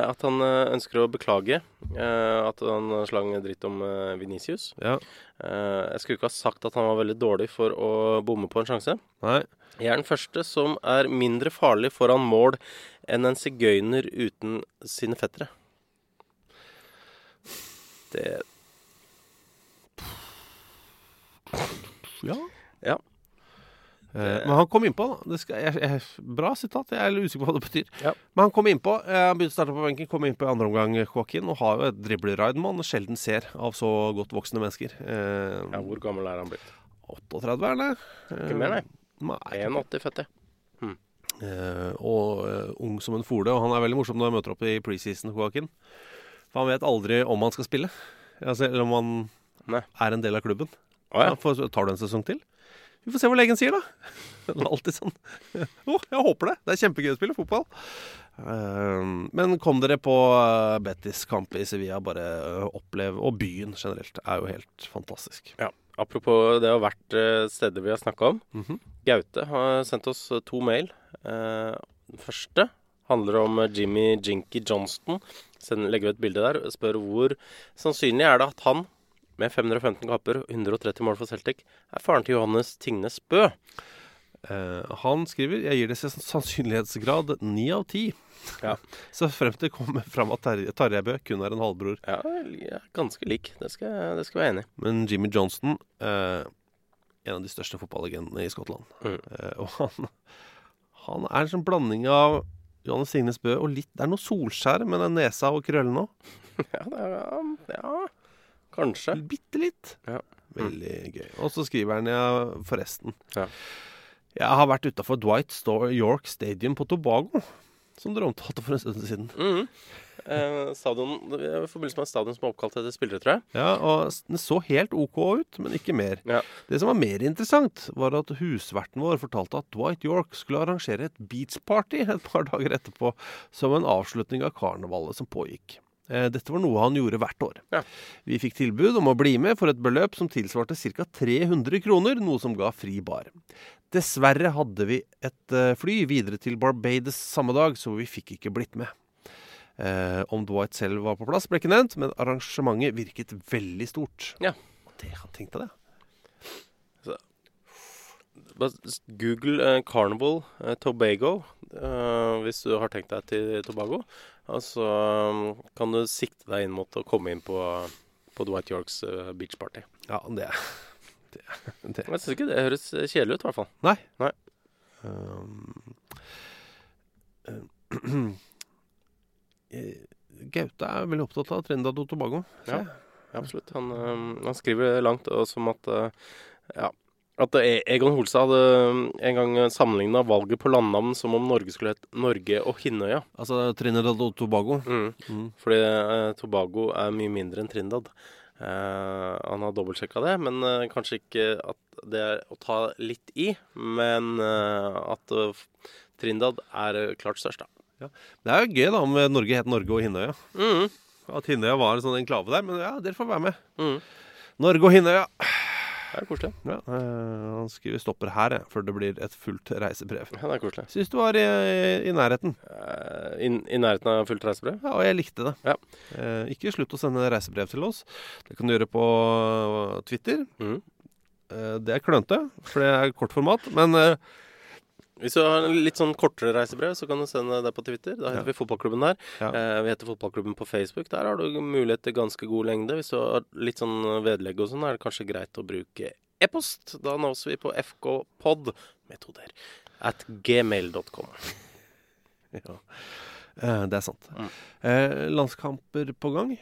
E: At han eh, ønsker å beklage eh, at han slang dritt om eh, Vinicius.
D: Ja.
E: Eh, Jeg skulle ikke ha sagt at han var veldig dårlig for å bomme på en sjanse.
D: Nei.
E: Jeg er den første som er mindre farlig foran mål enn en sigøyner uten sine fettere. Det
D: Ja.
E: Ja.
D: Eh, men han kom innpå. da. Det skal, jeg, jeg, bra sitat. Jeg er litt usikker på hva det betyr.
E: Ja.
D: Men han kom innpå. eh, Han begynte å starte på benken, kom innpå i andre omgang, eh, Joaquin, og har jo et dribleraid man sjelden ser av så godt voksne mennesker. Eh,
E: Ja, hvor gammel er han blitt?
D: 38 er det. Eh,
E: Ikke mer, nei.
D: Nei.
E: 1,80 fette.
D: Eh, og eh, ung som en fole. Og han er veldig morsom når jeg møter opp i preseason, Joaquin. For han vet aldri om han skal spille, altså, eller om han
E: Nei.
D: er en del av klubben.
E: Å ja.
D: Ja, for, tar du en sesong til? Vi får se hva legen sier, da. [LAUGHS] Det er alltid sånn. [LAUGHS] Jo, jeg håper det. Det er kjempegøy å spille fotball. Eh, men kom dere på eh, Betis-kamp i Sevilla, bare eh, opplev Og byen generelt er jo helt fantastisk.
E: ja. Apropos det å ha vært eh, steder vi har snakka om.
D: Mhm.
E: Gaute har sendt oss eh, to mail. Eh, Den første handler om eh, Jimmy Jinky Johnston. Send, legger vi et bilde der. og Spør hvor sannsynlig er det at han, med 515 kamper og 130 mål for Celtic, er faren til Johannes Tingnes Bø.
D: Eh, han skriver Jeg gir det sans- sannsynlighetsgrad ni av ti.
E: Ja.
D: [LAUGHS] Så frem til det kommer fram at Terje- Tarjei Bø kun er en halvbror.
E: Ja, jeg er ganske lik. Det skal, jeg- det skal jeg være enig i.
D: Men Jimmy Johnston, eh, en av de største fotballlegendene i Skottland
E: Mhm.
D: eh, Og han, han er en sånn blanding av Johannes Signes Bø og litt Det er noe Solskjær med den nesa og krøllene òg.
E: Ja, det er, ja, kanskje.
D: Bitte litt.
E: Ja.
D: Veldig gøy. Og så skriver han ja, forresten
E: Ja.
D: Jeg har vært utafor Dwight Store York Stadium på Tobago, som dere omtalte for en stund siden.
E: Mhm. Eh, stadion, det er I forbindelse med et stadion som er oppkalt etter spillere, tror jeg.
D: Ja, og s- Den så helt OK ut, men ikke mer.
E: Ja.
D: Det som var mer interessant, var at husverten vår fortalte at Dwight York skulle arrangere et beach-party et par dager etterpå, som en avslutning av karnevalet som pågikk. Eh, Dette var noe han gjorde hvert år.
E: Ja.
D: Vi fikk tilbud om å bli med for et beløp som tilsvarte ca. 300 kroner, noe som ga fri bar. Dessverre hadde vi et eh, fly videre til Barbados samme dag, så vi fikk ikke blitt med. Eh, om Dwight selv var på plass, ble ikke nevnt, men arrangementet virket veldig stort.
E: Ja.
D: Det, han tenkte det.
E: Bare s- Google eh, Carnival eh, Tobago eh, hvis du har tenkt deg til Tobago. Og så um, kan du sikte deg inn mot å komme inn på, på Dwight Yorks eh, beach party.
D: Ja, det, det, det.
E: Jeg syns ikke det høres eh, kjedelig ut, i hvert fall.
D: Nei.
E: Nei.
D: Um, [CLEARS THROAT] eh, Gaute er veldig opptatt av Trinidad og Tobago.
E: Ja.
D: ser jeg.
E: absolutt. Han, eh, han skriver langt og som at eh, ja, at eh, Egon Holstad hadde eh, en gang sammenligna valget på landnavn som om Norge skulle hett Norge og Hinnøya.
D: Altså Trinidad og Tobago.
E: Mm.
D: Mm.
E: Fordi eh, Tobago er mye mindre enn Trindad. Eh, han har dobbeltsjekka det, men eh, kanskje ikke at det er å ta litt i. Men eh, at eh, Trindad er eh, klart størst, da.
D: Det er jo gøy da om Norge het Norge og Hinnøya. Mm.
E: Mhm.
D: At Hinnøya var en sånn enklave der. Men ja, dere får være med.
E: Mhm.
D: Norge og Hinnøya.
E: Det er koselig.
D: Ja, eh, han skriver 'stopper her', jeg, før det blir et fullt reisebrev.
E: Ja, det er koselig.
D: Syns du var i, i nærheten.
E: Eh, I, I nærheten av fullt reisebrev?
D: Ja, og jeg likte det.
E: Ja.
D: Eh, ikke slutt å sende reisebrev til oss. Det kan du gjøre på eh, Twitter.
E: Mm.
D: Eh, det er klønete, for det er kort format. Men eh,
E: Hvis du har en litt sånn kortere reisebrev, så kan du sende det på Twitter. Da heter
D: Ja.
E: vi Fotballklubben der.
D: Ja.
E: Eh, vi heter Fotballklubben på Facebook. Der har du mulighet til ganske god lengde. Hvis du har litt sånn vedlegg og sånn, er det kanskje greit å bruke e-post. Da nås vi på fkpod med to d-er at gmail.com.
D: ja. Eh, det er sant. Eh, landskamper på gang.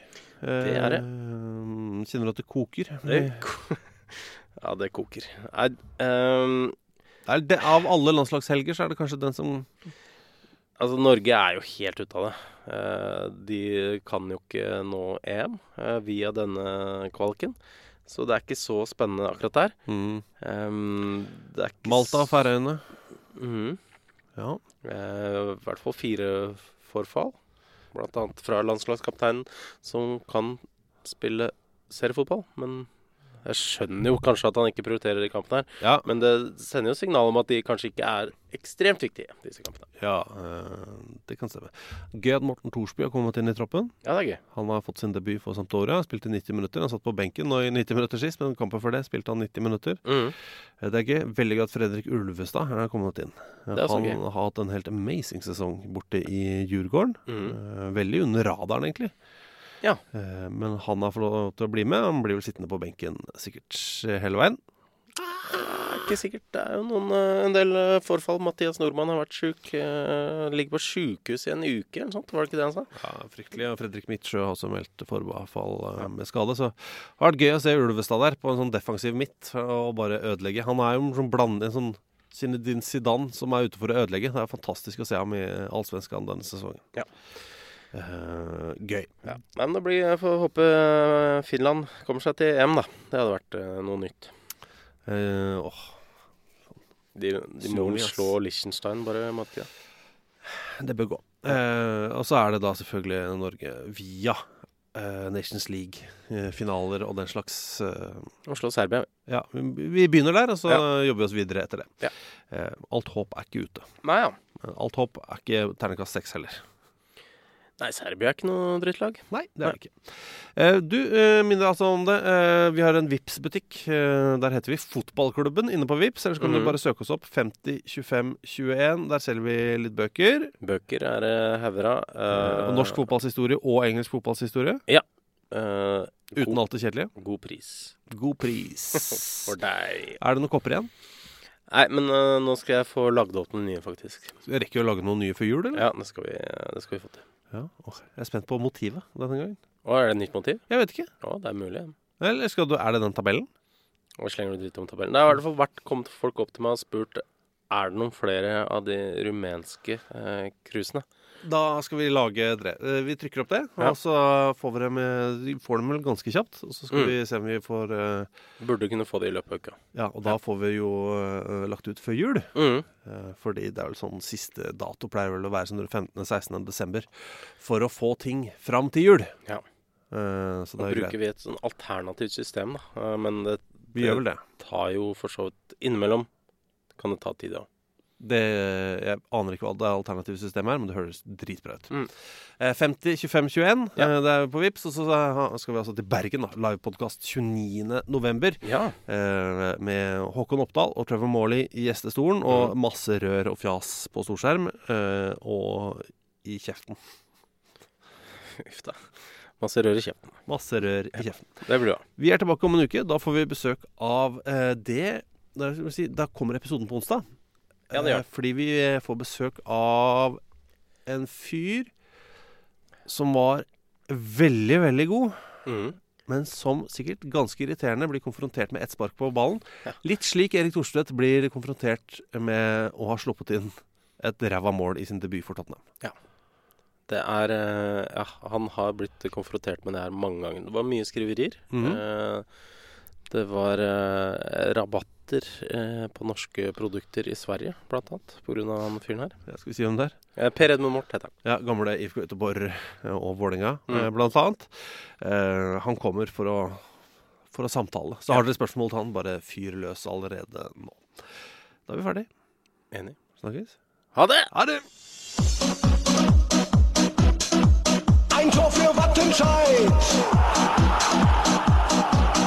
E: Mm. Det er det.
D: Eh, kjenner du at det koker?
E: Det ko- [LAUGHS] ja, det koker. Nei, ehm,
D: Er det, av alle landslagshelger så er det kanskje den som
E: Altså, Norge er jo helt ute av det. Eh, De kan jo ikke nå EM eh, via denne kvaliken. Så det er ikke så spennende akkurat der.
D: Mm.
E: Ehm, det er ikke
D: Malta og
E: s-
D: Færøyene.
E: Mhm.
D: Ja.
E: Eh, I hvert fall fire forfall. Blant annet fra landslagskapteinen, som kan spille seriefotball. Men jeg skjønner jo kanskje at han ikke prioriterer de kampene her.
D: Ja.
E: Men det sender jo signal om at de kanskje ikke er ekstremt viktige, disse kampene.
D: Ja, eh, det kan stemme. Gøy at Morten Thorsby har kommet inn i troppen.
E: Ja, det er gøy.
D: Han har fått sin debut for Sampdoria. Han Spilte 90 minutter. Han satt på benken nå i 90 minutter sist, men kampen før det spilte han 90 minutter.
E: Mhm.
D: Eh, Det er gøy. Veldig gøy at Fredrik Ulvestad er kommet inn. Eh,
E: Det er også
D: han
E: gøy.
D: har hatt en helt amazing sesong borte i Djurgården.
E: Mm.
D: Eh, Veldig under radaren, egentlig.
E: Ja.
D: Eh, Men han har fått lov til å bli med. Han blir vel sittende på benken sikkert eh, hele veien.
E: Ikke sikkert. Det er jo noen, eh, en del eh, forfall. Mathias Nordmann har vært sjuk. eh, Ligger på sjukehus i en uke eller noe sånt. Var det ikke det han sa?
D: Ja, fryktelig. Og Fredrik Midtsjø har også meldt forfall eh, med skade. Så det har vært gøy å se Ulvestad der på en sånn defensiv midt og bare ødelegge. Han er jo en sånn blanding, en sånn Zinedine Zidane som er ute for å ødelegge. Det er fantastisk å se ham i Allsvenskan denne sesongen.
E: Ja.
D: Eh, gøy.
E: Nei, men det blir Jeg får håpe eh, Finland kommer seg til EM, da. Det hadde vært eh, noe nytt.
D: Eh, åh,
E: De, de må
D: Snodig,
E: vel
D: ass.
E: slå Liechtenstein, bare, Mathias.
D: det bør gå. Eh, og så er det da selvfølgelig Norge via eh, Nations League-finaler og den slags. eh,
E: Og slå Serbia.
D: ja, vi vi begynner der, og så
E: Ja.
D: jobber vi oss videre etter det.
E: Ja.
D: Eh, alt håp er ikke ute.
E: Nei, ja.
D: Men Alt håp er ikke terningkast seks heller.
E: Nei, Serbia er ikke noe drittlag.
D: Nei, det er det ikke. Eh, Du eh, minner altså om det. Eh, Vi har en vips butikk Eh, Der heter vi Fotballklubben inne på Vips Ellers kan
E: Mhm.
D: du bare søke oss opp. 50 25 21. Der selger vi litt bøker.
E: Bøker er eh, hauger av.
D: Eh,
E: eh,
D: Norsk fotballshistorie og engelsk fotballshistorie.
E: eh,
D: Uten
E: god,
D: alt det kjedelige.
E: god pris
D: God pris. [LAUGHS]
E: for deg.
D: er det noen kopper igjen?
E: Nei, men eh, nå skal jeg få lagd opp noen nye, faktisk.
D: Jeg rekker jo å lage noen nye før jul, eller?
E: Ja, det skal vi, eh, det skal vi få til.
D: Ja. Åh, jeg er spent på motivet denne gangen.
E: Å, er det nytt motiv?
D: Jeg vet ikke.
E: Ja, det er mulig.
D: Eller skal du, er det den tabellen?
E: Og slenger du dritt om tabellen. Det har i hvert fall vært kommet folk opp til meg og spurt er det noen flere av de rumenske eh, cruisene.
D: Da skal vi lage dre eh, Vi trykker opp det,
E: Ja.
D: og så får vi dem, eh, vi får dem vel ganske kjapt. Og så skal
E: Mm.
D: vi se om vi får eh,
E: Burde kunne få det i løpet av uka.
D: Ja, og da får vi jo eh, lagt ut før jul.
E: Mm.
D: Eh, fordi det er vel sånn siste dato pleier vel å være sånn 15.-16. desember for å få ting fram til jul.
E: Ja.
D: Eh, så
E: Da
D: det er jo
E: bruker
D: greit.
E: vi et sånn alternativt system, da. Eh, Men det,
D: Vi gjør vel det.
E: tar jo for så vidt Innimellom kan det ta tid, da.
D: det. Jeg aner ikke hva det alternative systemet er, men det høres dritbra ut.
E: Mm.
D: Eh, 50 25 21,
E: Ja.
D: eh, det er på Vips, Og så eh, skal vi altså til Bergen, da. Livepodkast 29. november.
E: Ja.
D: eh, med Håkon Oppdal og Trevor Morley i gjestestolen,
E: Mm.
D: og masse rør og fjas på storskjerm, eh, og i kjeften.
E: [LAUGHS] Uff da. Masse rør i kjeften.
D: Masse rør i kjeften.
E: Det blir bra.
D: Vi er tilbake om en uke. Da får vi besøk av eh, det da, skal vi si, da kommer episoden på onsdag.
E: Ja, det gjør
D: Eh, Fordi vi eh, får besøk av en fyr som var veldig, veldig god.
E: Mm.
D: men som sikkert ganske irriterende blir konfrontert med ett spark på ballen. Litt slik Erik Thorstvedt blir konfrontert med å ha sluppet inn et ræva mål i sin debut for Tottenham.
E: Det er eh, Ja, han har blitt konfrontert med det her mange ganger. Det var mye skriverier. Eh, Det var eh, rabatter eh, på norske produkter i Sverige, blant annet, pga. han fyren her. Eh,
D: Ja, skal vi si hvem det er?
E: Per Edmund Morth heter han.
D: Ja, Gamle IFK Göteborg eh, og Vålerenga,
E: Mm.
D: eh, blant annet. Eh, han kommer for å, for å samtale. Så har dere spørsmål til han, bare fyr løs allerede nå. Da er vi ferdig.
E: Enig.
D: Snakkes.
E: Ha det!
D: Ha det!
B: Ein Tor für Wattenscheid.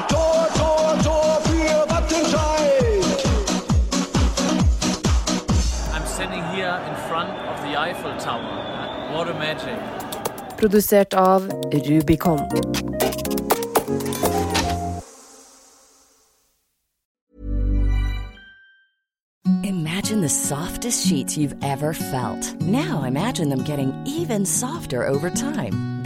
B: Tor, Tor, Tor für Wattenscheid.
G: I'm standing here in front of the Eiffel Tower. What a magic.
H: Produsert av Rubicon.
I: Imagine the softest sheets you've ever felt. Now imagine them getting even softer over time.